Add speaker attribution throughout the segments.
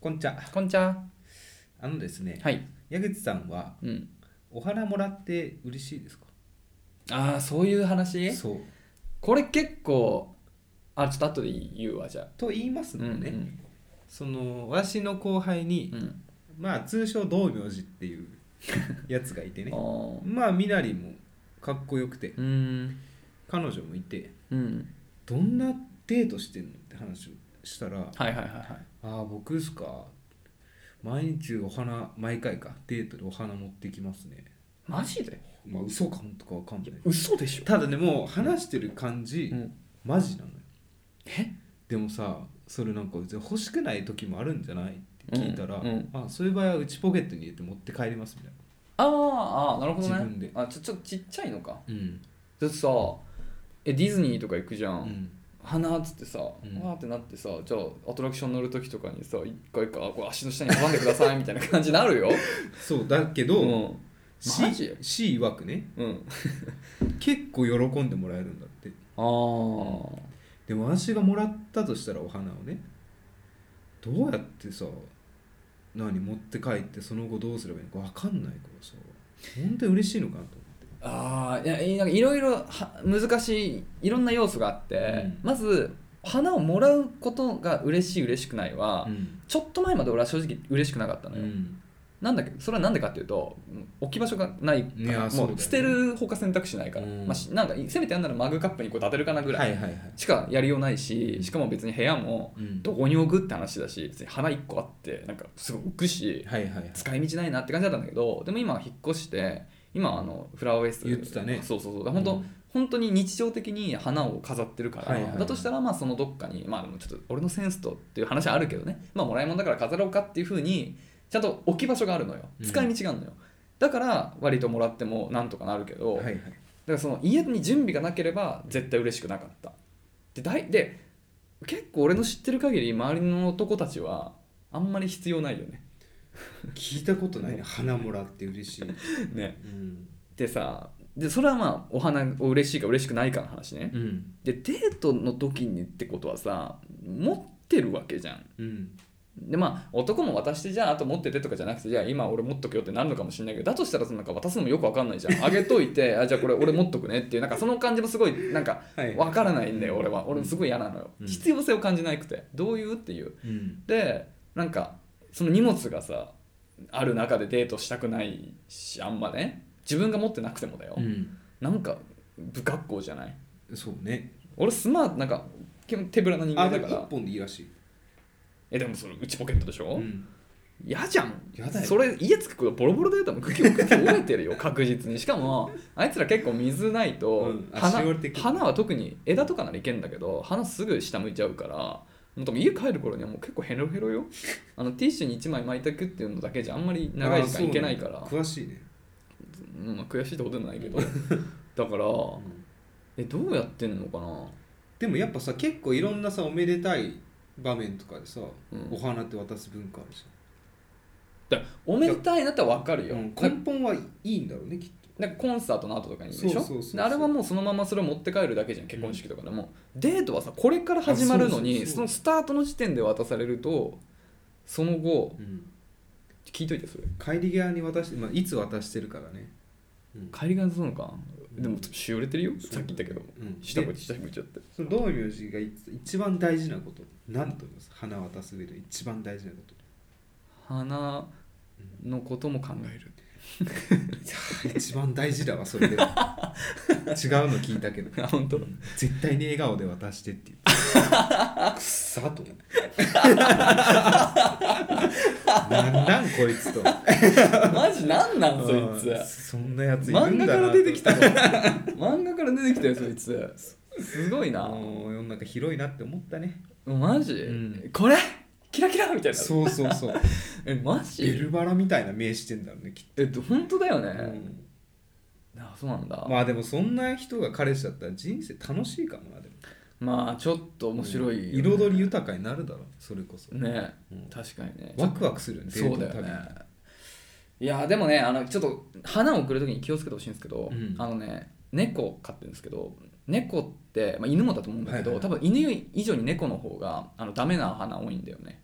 Speaker 1: こんちゃ
Speaker 2: こんちゃ。
Speaker 1: あのですね、
Speaker 2: はい。
Speaker 1: 矢口さんは
Speaker 2: うん。
Speaker 1: お花もらって嬉しいですか
Speaker 2: ああ、そういう話
Speaker 1: そう
Speaker 2: これ結構、あ、ちょっと後で言うわ、じゃあ。
Speaker 1: と言いますのもね、
Speaker 2: うん
Speaker 1: その私の後輩に、
Speaker 2: うんうん。
Speaker 1: まあ通称道明寺って いうやつがいてね
Speaker 2: あー
Speaker 1: まあみなりもかっこよくて
Speaker 2: うん。
Speaker 1: 彼女もいて
Speaker 2: うん。
Speaker 1: どんなデートしてんのって話をしたら「
Speaker 2: はいはいはいはい。
Speaker 1: ああ僕ですか毎日お花毎回かデートでお花持ってきますね
Speaker 2: マジで」
Speaker 1: まあ嘘か本当かわかんない
Speaker 2: 嘘でしょ。
Speaker 1: ただねもう話してる感じ、
Speaker 2: うん。
Speaker 1: マジなのよ
Speaker 2: え
Speaker 1: でもさそれなんか別に欲しくない時もあるんじゃないって聞いたら、
Speaker 2: うんうん
Speaker 1: あそういう場合は内ポケットに入れて持って帰りますみたい
Speaker 2: あーあー、なるほどね。
Speaker 1: 自分で
Speaker 2: あ、ちょ、ちょっとちっちゃいのか。
Speaker 1: なうん
Speaker 2: だってさ、え、ディズニーとか行くじゃ。
Speaker 1: うんん
Speaker 2: 花っつってさ、わ
Speaker 1: ん
Speaker 2: ーってなってさ、じゃあアトラクション乗る時とかにさ、一回一回、あこれ足の下に阻んでくださいみたいな感じになるよ。
Speaker 1: そうだけ
Speaker 2: う
Speaker 1: ど、
Speaker 2: ん。
Speaker 1: C,
Speaker 2: マジ
Speaker 1: C 曰くね
Speaker 2: うん。
Speaker 1: 結構喜んでもらえるんだって
Speaker 2: ああ。
Speaker 1: でも私がもらったとしたらお花をねどうやってさ何持って帰ってその後どうすればいいのか分かんないからさ本当に嬉しいのかなと思って
Speaker 2: ああいやいやなんかいろいろは難しいいろんな要素があって、
Speaker 1: うん
Speaker 2: まず花をもらうことが嬉しい嬉しくないは、
Speaker 1: うん
Speaker 2: ちょっと前まで俺は正直嬉しくなかった
Speaker 1: う
Speaker 2: のよ、
Speaker 1: ん
Speaker 2: なんだけどそれはなんでかっていうと置き場所がないか
Speaker 1: いや
Speaker 2: ら
Speaker 1: そうだよ
Speaker 2: も
Speaker 1: ね
Speaker 2: う捨てる他選択肢ないから、
Speaker 1: うん
Speaker 2: まあ、しなんかせめてやんならマグカップにこう立てるかなぐら
Speaker 1: はい
Speaker 2: い
Speaker 1: はいはい、
Speaker 2: しかやりようないし、しかも別に部屋も
Speaker 1: うん、
Speaker 2: どこに置くって話だし別に花1個あってなんかすごい浮くし
Speaker 1: はいはいはい
Speaker 2: 使い道ないなって感じだったんだけどでも今は引っ越して今あのフラワーウェイス
Speaker 1: 言ってたね
Speaker 2: そうそうそう本当、
Speaker 1: うん
Speaker 2: 本当に日常的に花を飾ってるから、
Speaker 1: はいはいはい
Speaker 2: だとしたらまあそのどっかにまあでもちょっと俺のセンスとっていう話はあるけどねまあもらい物だから飾ろうかっていうふうにちゃんと置き場所があるのよ
Speaker 1: うん
Speaker 2: 使い道があるのよ、だから割ともらってもなんとかなるけど、
Speaker 1: はい
Speaker 2: だ
Speaker 1: は
Speaker 2: か
Speaker 1: い
Speaker 2: らその家に準備がなければ絶対嬉しくなかったでだいで結構俺の知ってる限り周りの男たちはあんまり必要ないよね
Speaker 1: 聞いたことないね花もらって嬉しい、
Speaker 2: ね
Speaker 1: うん
Speaker 2: でさでそれはまあお花を嬉しいか嬉しくないかの話ね、
Speaker 1: うん
Speaker 2: でデートの時にってことはさ持ってるわけじゃん
Speaker 1: うん、
Speaker 2: でまあ男も渡してじゃああと持っててとかじゃなくてじゃあ今俺持っとくよってなるのかもしれないけどだとしたらそのなんか渡すのもよくわかんない じゃんあげといてあじゃあこれ俺持っとくねっていうなんかその感じもすごいなんか
Speaker 1: はい
Speaker 2: わからないんだよ俺は俺もすごい嫌なのよ、
Speaker 1: うん
Speaker 2: 必要性を感じなくてどういうっていう
Speaker 1: うん、
Speaker 2: でなんかその荷物がさある中でデートしたくないしあんまね自分が持ってなくてもだよ、
Speaker 1: うん、
Speaker 2: なんか不格好じゃない
Speaker 1: そうね
Speaker 2: 俺スマートなんか基本手ぶらな人
Speaker 1: あ
Speaker 2: 間
Speaker 1: で
Speaker 2: だ
Speaker 1: も
Speaker 2: か
Speaker 1: 1
Speaker 2: ら
Speaker 1: 本でいいらしい、
Speaker 2: えでもそれ内ポケットでし
Speaker 1: う
Speaker 2: ょ
Speaker 1: ん、
Speaker 2: 嫌、じゃん
Speaker 1: やだよ
Speaker 2: それ家着くことボロボロだよ多分茎を茎折れて るよ確実にしかもあいつら結構水ないと、
Speaker 1: うんあ
Speaker 2: 花
Speaker 1: しおれてくる
Speaker 2: 花は特に枝とかならいけんだけど花すぐ下向いちゃうからもう多分家帰る頃にはもう結構ヘロ ヘロよあのティッシュに1枚巻いてくっていうのだけじゃあんまり長い時間いけないから
Speaker 1: あそうなんだ詳しいね、
Speaker 2: うんまあ、悔しいってことで もないけどだから
Speaker 1: うん
Speaker 2: えどうやってんのかな
Speaker 1: でもやっぱさ結構いろんなさおめでたい場面とかでさ、
Speaker 2: うん
Speaker 1: お花って渡す文化あるじ
Speaker 2: だからおめでたいなってわかる
Speaker 1: ゃ
Speaker 2: よ、
Speaker 1: ん、うん
Speaker 2: だ
Speaker 1: 根本はいいんだろうねきっと
Speaker 2: なんかコンサートの後とかにでし
Speaker 1: そう
Speaker 2: ょ
Speaker 1: そうそうそう
Speaker 2: であれはもうそのままそれを持って帰るだけじゃん結婚式とかでも、デートはさこれから始まるの
Speaker 1: あ
Speaker 2: にそ
Speaker 1: そうそうそう
Speaker 2: のスタートの時点で渡されるとその後
Speaker 1: うん
Speaker 2: 聞いといてそれ
Speaker 1: 帰り際に渡して、まあ、いつ渡してるからね、うん
Speaker 2: 帰りがそうなのか、
Speaker 1: うん
Speaker 2: でもしおれてるよ
Speaker 1: そう
Speaker 2: さっき言ったけど
Speaker 1: うん
Speaker 2: 下向い
Speaker 1: で
Speaker 2: ち下向いちゃって
Speaker 1: その道明寺がい一番大事なこと何だと思います花渡す上で一番大事なこと
Speaker 2: 花のことも考える
Speaker 1: いやー 一番大事だわそれでは違うの聞いたけど
Speaker 2: あ本当
Speaker 1: 絶対に笑顔で渡してって言ってくっさと思ってなんなんこいつと
Speaker 2: マジなんなんそいつ
Speaker 1: そんなやついる
Speaker 2: 漫
Speaker 1: んだな
Speaker 2: 画から
Speaker 1: と
Speaker 2: 出てきたの漫画から出てきたよそいつすごいな
Speaker 1: もう世の中広いなって思ったね
Speaker 2: マジ、
Speaker 1: うん
Speaker 2: これキラキラみたいな
Speaker 1: そうそうそう
Speaker 2: えマ
Speaker 1: エ
Speaker 2: ジ
Speaker 1: ルバラみたいな目してんだろうねきっ
Speaker 2: え本当だよ
Speaker 1: と、
Speaker 2: ね、あそうなんだ、まあ、
Speaker 1: まあでもそんな人が彼氏だったら人生楽しいかもなでも
Speaker 2: ちょっと面白いよね、
Speaker 1: 彩り豊かになるだろうそれこそ、
Speaker 2: ね
Speaker 1: うん
Speaker 2: 確かにね
Speaker 1: ワクワクするよね
Speaker 2: そうだよねいやでもねあのちょっと花を送る時に気をつけてほしいんですけど、
Speaker 1: うん
Speaker 2: あのね猫を飼ってるんですけど猫って、まあ、犬もだと思うんだけど、
Speaker 1: はいはい
Speaker 2: 多分犬以上に猫の方があのダメな花多いんだよね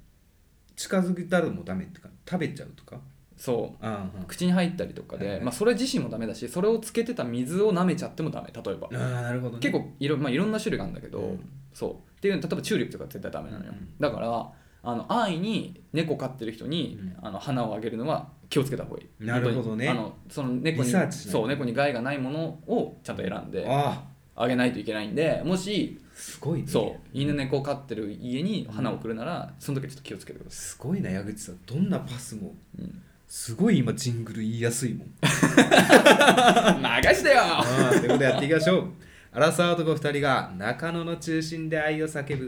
Speaker 1: 近づけたらもうダメってか食べちゃうとか
Speaker 2: そ
Speaker 1: あ
Speaker 2: う口に入ったりとかで、
Speaker 1: はいはい
Speaker 2: まあ、それ自身もダメだしそれをつけてた水を舐めちゃってもダメ例えば
Speaker 1: あ、ああなるほど、ね、
Speaker 2: 結構いろ,、まあ、いろんな種類があるんだけど、
Speaker 1: うん
Speaker 2: そうっていうの例えばチューリップとか絶対ダメなのよ、
Speaker 1: うんうん
Speaker 2: だからあの安易に猫飼ってる人に、
Speaker 1: う
Speaker 2: あの花をあげるのは気をつけた方がいい
Speaker 1: なるほどね
Speaker 2: 本当にあのその猫
Speaker 1: リ
Speaker 2: に
Speaker 1: サーチしないと
Speaker 2: そう猫に害がないものをちゃんと選んで
Speaker 1: あ
Speaker 2: あげないといけないんでもし
Speaker 1: あすごいね
Speaker 2: そう犬猫飼ってる家に花を送るなら、その時はちょっと気をつけてくださ
Speaker 1: すごいな矢口さんどんなパスも
Speaker 2: い、うん、
Speaker 1: すごい今ジングル言いやすいもん
Speaker 2: 任してよ
Speaker 1: ああということでやっていきましょうアラサー男2人が中野の中心で愛を叫ぶ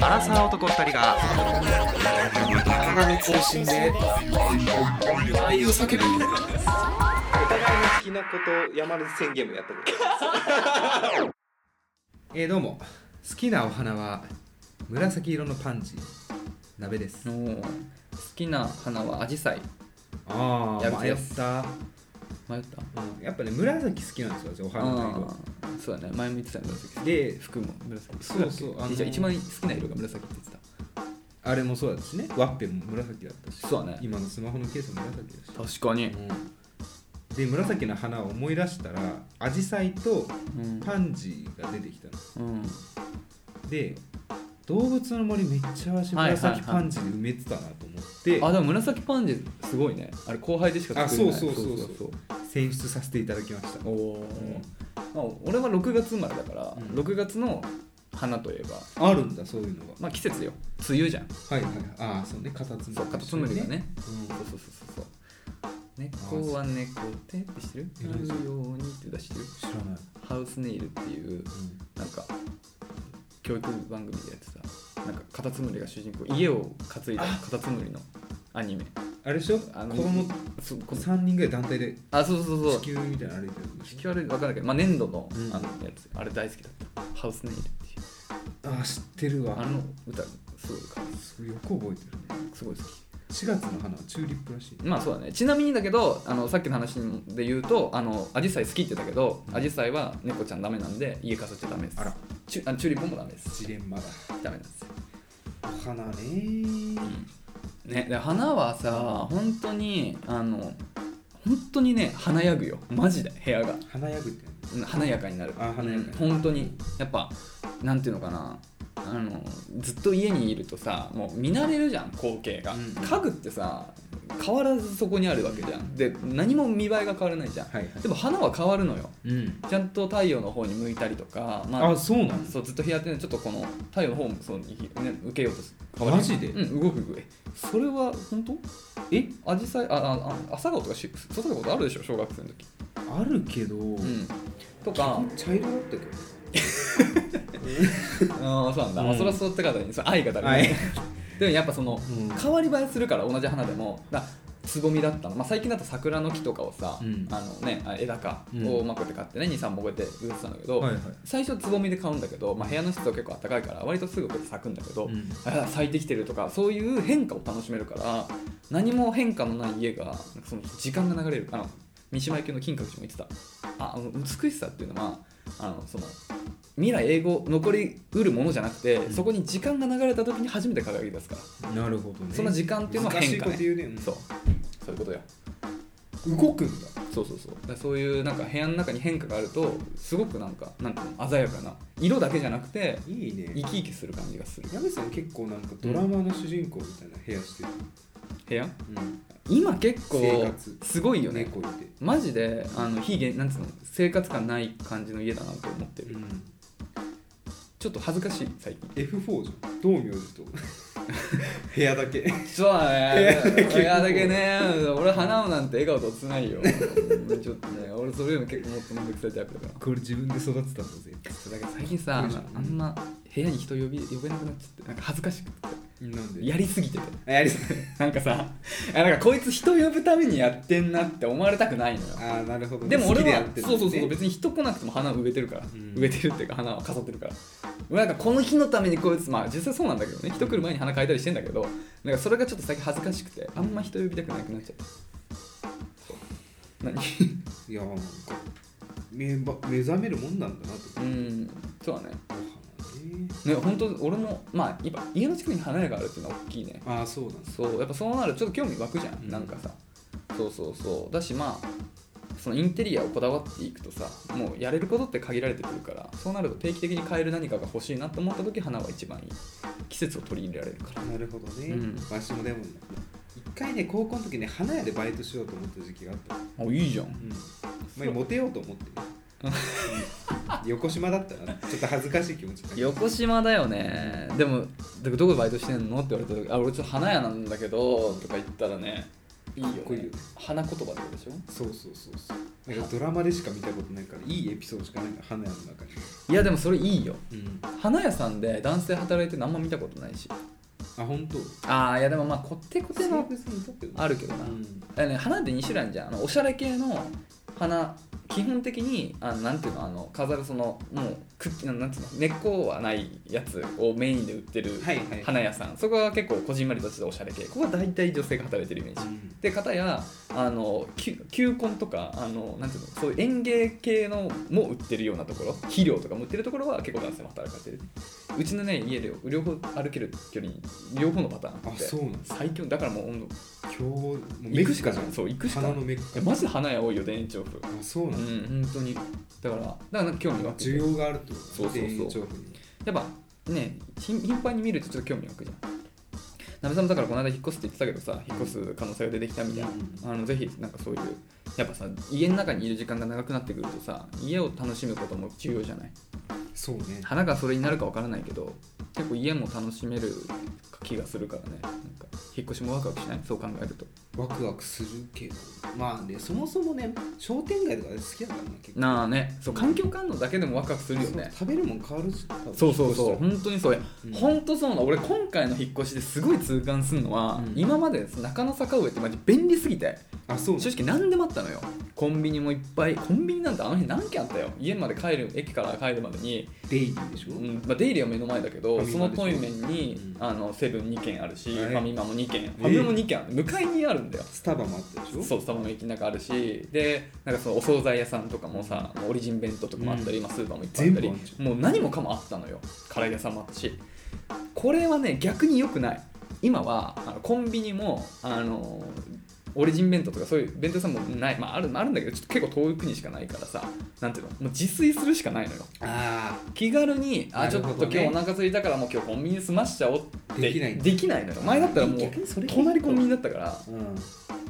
Speaker 1: アラサー男2人が中野の中心で愛を叫ぶお互いの好きなことを山根宣言もやってくえーどうも好きなお花は紫色のパンジー鍋です
Speaker 2: おー好きな花はアジサイ
Speaker 1: あ
Speaker 2: やる気
Speaker 1: 迷っ
Speaker 2: です
Speaker 1: た、
Speaker 2: 迷った
Speaker 1: うん、やっぱね紫好きなんですよ私お花の色
Speaker 2: あーそうだね前も言ってた紫
Speaker 1: で
Speaker 2: 服も紫
Speaker 1: そうそうあの
Speaker 2: じゃあ一番好きな色が紫って言って
Speaker 1: あれもそうだしねワッペンも紫だったした
Speaker 2: そうだね
Speaker 1: 今のスマホのケースも紫だし、
Speaker 2: 確かに
Speaker 1: うんで紫の花を思い出したらアジサイと
Speaker 2: うん、
Speaker 1: パンジーが出てきたの
Speaker 2: うん、
Speaker 1: で動物の森めっちゃ私
Speaker 2: はいはいはい
Speaker 1: 紫パンジーで埋めてたなと思って、
Speaker 2: あでも紫パンジーすごいねあれ後輩でしか作れ
Speaker 1: あ
Speaker 2: ない
Speaker 1: そうそうそうそう選出させていただきました
Speaker 2: おおー、まあ、俺は6月生まれだから、
Speaker 1: うん
Speaker 2: 6月の花といえば
Speaker 1: あるんだそういうのが
Speaker 2: まあ季節よ梅雨じゃん
Speaker 1: はいはいああそうねカタツムリ
Speaker 2: そうカタツムリがね
Speaker 1: うん
Speaker 2: そうそうそうそうそう猫は猫手って知ってる
Speaker 1: いや
Speaker 2: なるようにって出してる
Speaker 1: 知らない、
Speaker 2: ハウスネイルっていうなんか教育番組でやってたなんかカタツムリが主人公家を担いだカタツムリのアニメ
Speaker 1: あれでしょ子
Speaker 2: あの
Speaker 1: 供
Speaker 2: そうこ
Speaker 1: 3人ぐらい団体で
Speaker 2: あそうそうそう
Speaker 1: 地球みたいなの歩いてるんで
Speaker 2: 地
Speaker 1: しょ
Speaker 2: 球あれ分かんないけど、まあ、粘土の,、
Speaker 1: うん
Speaker 2: あのやつあれ大好きだったハウスネイルっていう
Speaker 1: ああ知ってる
Speaker 2: あ
Speaker 1: わ
Speaker 2: の歌すごいか
Speaker 1: すごいよく覚えてるね
Speaker 2: すごい好き
Speaker 1: 4月の花はチューリップらしい
Speaker 2: まあそうだねちなみにだけどあのさっきの話で言うとあのアジサイ好きって言ったけどアジサイは猫ちゃんダメなんで家飾っちゃダメです
Speaker 1: あら
Speaker 2: チュあのチューリップもダメです
Speaker 1: ジレンマだ
Speaker 2: ダメなんですよ
Speaker 1: お花ね
Speaker 2: ね、で花はさ本当にあの本当にね華やぐよマジで部屋が
Speaker 1: 花やぐって何
Speaker 2: うん華やかになる
Speaker 1: あ華やかに
Speaker 2: うん本当にやっぱなんていうのかなあのずっと家にいるとさもう見慣れるじゃん光景が、
Speaker 1: うん
Speaker 2: 家具ってさ変わらずそこにあるわけじゃんで何も見栄えが変わらないじゃん、
Speaker 1: はいはい
Speaker 2: でも花は変わるのよ
Speaker 1: うん
Speaker 2: ちゃんと太陽の方に向いたりとか、まあ
Speaker 1: あそうなの
Speaker 2: そうずっと日当てでちょっとこの太陽の方もそう、ね、受けようとす
Speaker 1: あマジで
Speaker 2: うん動く動くえそれは本当
Speaker 1: え
Speaker 2: アジサイあああ朝顔とかし育てたことあるでしょ小学生の時
Speaker 1: あるけど
Speaker 2: うん とか
Speaker 1: 茶色だったけど
Speaker 2: ああそうなんだ、まあ
Speaker 1: うん
Speaker 2: それは育て方にその愛が足りな
Speaker 1: はい
Speaker 2: いでもやっぱその
Speaker 1: うん
Speaker 2: 変わり映えするから同じ花でもだつぼみだったの、まあ、最近だと桜の木とかをさ、
Speaker 1: うん
Speaker 2: あのね、あ枝か
Speaker 1: うん
Speaker 2: をうまくって買ってね23本こうやって植えてたんだけど、
Speaker 1: はいはい
Speaker 2: 最初つぼみで買うんだけど、まあ、部屋の湿度結構暖かいから割とすぐこうやって咲くんだけど、
Speaker 1: うん
Speaker 2: あ咲いてきてるとかそういう変化を楽しめるから何も変化のない家がなんかその時間が流れるあの三島由紀夫の金閣寺も言ってたああの美しさっていうのはあのその未来英語残りうるものじゃなくて、
Speaker 1: ん
Speaker 2: そこに時間が流れた時に初めて輝き出すから、
Speaker 1: なるほどね
Speaker 2: その時間っていうのは変化、ね、
Speaker 1: 難しいこと言うね
Speaker 2: そうそういうことよ
Speaker 1: うん動くんだ
Speaker 2: そうそうそうだからそういうなんか部屋の中に変化があるとすごくなんかなんていうの鮮やかな色だけじゃなくて
Speaker 1: いい
Speaker 2: 生
Speaker 1: ね
Speaker 2: き生きする感じがする
Speaker 1: 矢口さん結構なんかドラマの主人公みたいな部屋してる
Speaker 2: 部屋
Speaker 1: うん
Speaker 2: 今結
Speaker 1: 生
Speaker 2: 構
Speaker 1: 活
Speaker 2: すごいよね
Speaker 1: 猫いて
Speaker 2: マジであの非現なんつうの生活感ない感じの家だなと思ってる
Speaker 1: うん
Speaker 2: ちょっと恥ずかしい最近
Speaker 1: F4 じゃん道明寺 と部屋だけ
Speaker 2: そうだね いやだけね俺花をなんて笑顔とつないようんちょっとね俺それよりも結構もっとめんどくさいタイプだから
Speaker 1: これ自分で育てたんだぜ
Speaker 2: そうだけど最近さあのあんま部屋に人呼び呼べなくなっちゃってなんか恥ずかしくて
Speaker 1: なんで
Speaker 2: やりすぎてて
Speaker 1: あやりそう
Speaker 2: なんかさあなんか こいつ人呼ぶためにやってんなって思われたくないのよ
Speaker 1: ああなるほどね
Speaker 2: でも俺
Speaker 1: 好きで
Speaker 2: は
Speaker 1: やってるん
Speaker 2: そう
Speaker 1: だ
Speaker 2: そうそう
Speaker 1: ね
Speaker 2: 別に人来なくても花を植えてるから、
Speaker 1: ん
Speaker 2: 植えてるっていうか花を飾ってるから俺なんかこの日のためにこいつまあ実際そうなんだけどね人来る前に花変えたりしてんだけどなんかそれがちょっと最近恥ずかしくてあんま人呼びたくなくなっちゃったそう何
Speaker 1: いやーなんか目ば目覚めるもんなんだなと
Speaker 2: うんそうだね
Speaker 1: 思う
Speaker 2: ね本当俺もまあ今家の近くに花屋があるっていうのは大きいね
Speaker 1: ああそうなんです
Speaker 2: そうやっぱそうなるとちょっと興味湧くじゃん、
Speaker 1: うん
Speaker 2: なんかさそうそうそうだしまあそのインテリアをこだわっていくとさもうやれることって限られてくるからそうなると定期的に買える何かが欲しいなと思った時花は一番いい季節を取り入れられるから
Speaker 1: なるほどね、
Speaker 2: うん
Speaker 1: 私もでも一回ね高校の時ね花屋でバイトしようと思った時期があった
Speaker 2: あいいじゃん
Speaker 1: まあ、モテようと思って ね、うん横島だったらちょっと恥ずかしい気持ちになる
Speaker 2: 横島だよねでもでどこでバイトしてんのって言われた時「あ俺ちょっと花屋なんだけど」とか言ったらねいいよ,、
Speaker 1: かっこいいよね
Speaker 2: 花言葉ってことでしょ
Speaker 1: そうそうそうそうなんかドラマでしか見たことないからいいエピソードしかないから花屋の中に、
Speaker 2: いやでもそれいいよ
Speaker 1: うん、
Speaker 2: 花屋さんで男性働いてるのあんま見たことないし
Speaker 1: あ本当
Speaker 2: ああいやでもまあこってこて
Speaker 1: 生
Speaker 2: の
Speaker 1: 物にとっては
Speaker 2: あるけどな、
Speaker 1: うん
Speaker 2: あのね、花って2種類あるじゃんあのおしゃれ系の花基本的にあのなんていうのあの飾るそのもう茎ななんていうの根っこはないやつをメインで売ってる
Speaker 1: はいはい
Speaker 2: 花屋さんそこは結構こじんまりとしたおしゃれ系ここは大体女性が働いてるイメージ、
Speaker 1: うん
Speaker 2: で方やあのきゅ球根とかあのなんていうのそういう園芸系のも売ってるようなところ肥料とかも売ってるところは結構男性も働かれてるうちのね家で両方歩ける距離両方のパターンあ
Speaker 1: あ
Speaker 2: って
Speaker 1: そうなんです
Speaker 2: 最強だからもう本当
Speaker 1: 今日もう
Speaker 2: 行くしかないそう行くしかない
Speaker 1: 花のメッ
Speaker 2: い
Speaker 1: カ
Speaker 2: やマジで花屋多いよ田園調布
Speaker 1: あそう
Speaker 2: う
Speaker 1: なんんだ、
Speaker 2: 本当にだからだからなんか興味湧く
Speaker 1: 需要があるってこと
Speaker 2: そうそうそう
Speaker 1: 田園調布に
Speaker 2: やっぱね頻頻繁に見るとちょっと興味湧くじゃんなべさんもだからこの間引っ越すって言ってたけどさ引っ越す可能性が出てきたみたいな、
Speaker 1: う
Speaker 2: あのぜひなんかそういうやっぱさ家の中にいる時間が長くなってくるとさ家を楽しむことも重要じゃない
Speaker 1: そうね
Speaker 2: 花がそれになるかわからないけど結構家も楽しめる気がするからねなんか引っ越しもワクワクしないそう考えると
Speaker 1: ワクワクするけどまあねそもそもね商店街とかで好きだからな結構
Speaker 2: なあねそう環境感度だけでもワクワクするよね、
Speaker 1: そう食べるもん変わるし多分
Speaker 2: そうそうそう
Speaker 1: 引っ
Speaker 2: 本当にそうや、
Speaker 1: うん
Speaker 2: 本当そうなの俺今回の引っ越しですごい痛感するのは、
Speaker 1: うん
Speaker 2: 今まで中野坂上ってマジ便利すぎて
Speaker 1: 越したらあそうなん
Speaker 2: 正直何でもあったのよコンビニもいっぱいコンビニなんてあの辺何軒あったよ家まで帰る駅から帰るまでに、
Speaker 1: デイリーでしょ、
Speaker 2: うんまあ、デイリーは目の前だけ
Speaker 1: フ
Speaker 2: ど
Speaker 1: ァミ
Speaker 2: そ
Speaker 1: マ
Speaker 2: の
Speaker 1: でしょ
Speaker 2: トイメンに、
Speaker 1: うん
Speaker 2: あのセブン2軒あるし、
Speaker 1: はい
Speaker 2: ファミマも2軒ファミマも2軒ある向かいにあるんだよ
Speaker 1: スタバもあったでしょ
Speaker 2: そうスタバの駅の中あるしでなんかそのお惣菜屋さんとかもさオリジン弁当とかもあったり、
Speaker 1: うん
Speaker 2: 今スーパーもいっぱいあったり
Speaker 1: 全部あんじ
Speaker 2: もう何もかもあったのよ唐揚げ屋さんもあったしこれはね逆に良くない今はあのコンビニもあのオリジン弁当とかそういう弁当屋さんもない、まあ、あるあるんだけどちょっと結構遠くにしかないからさなんていうのもう自炊するしかないのよ
Speaker 1: あ
Speaker 2: 気軽にあ、
Speaker 1: な
Speaker 2: ちょ
Speaker 1: る
Speaker 2: っ
Speaker 1: ほどね
Speaker 2: と今日お腹空いたからもう今日コンビニで済ましちゃおうって
Speaker 1: できない
Speaker 2: できないのよ前だったらもう
Speaker 1: 逆にそれがいい
Speaker 2: 隣コンビニだったから
Speaker 1: あ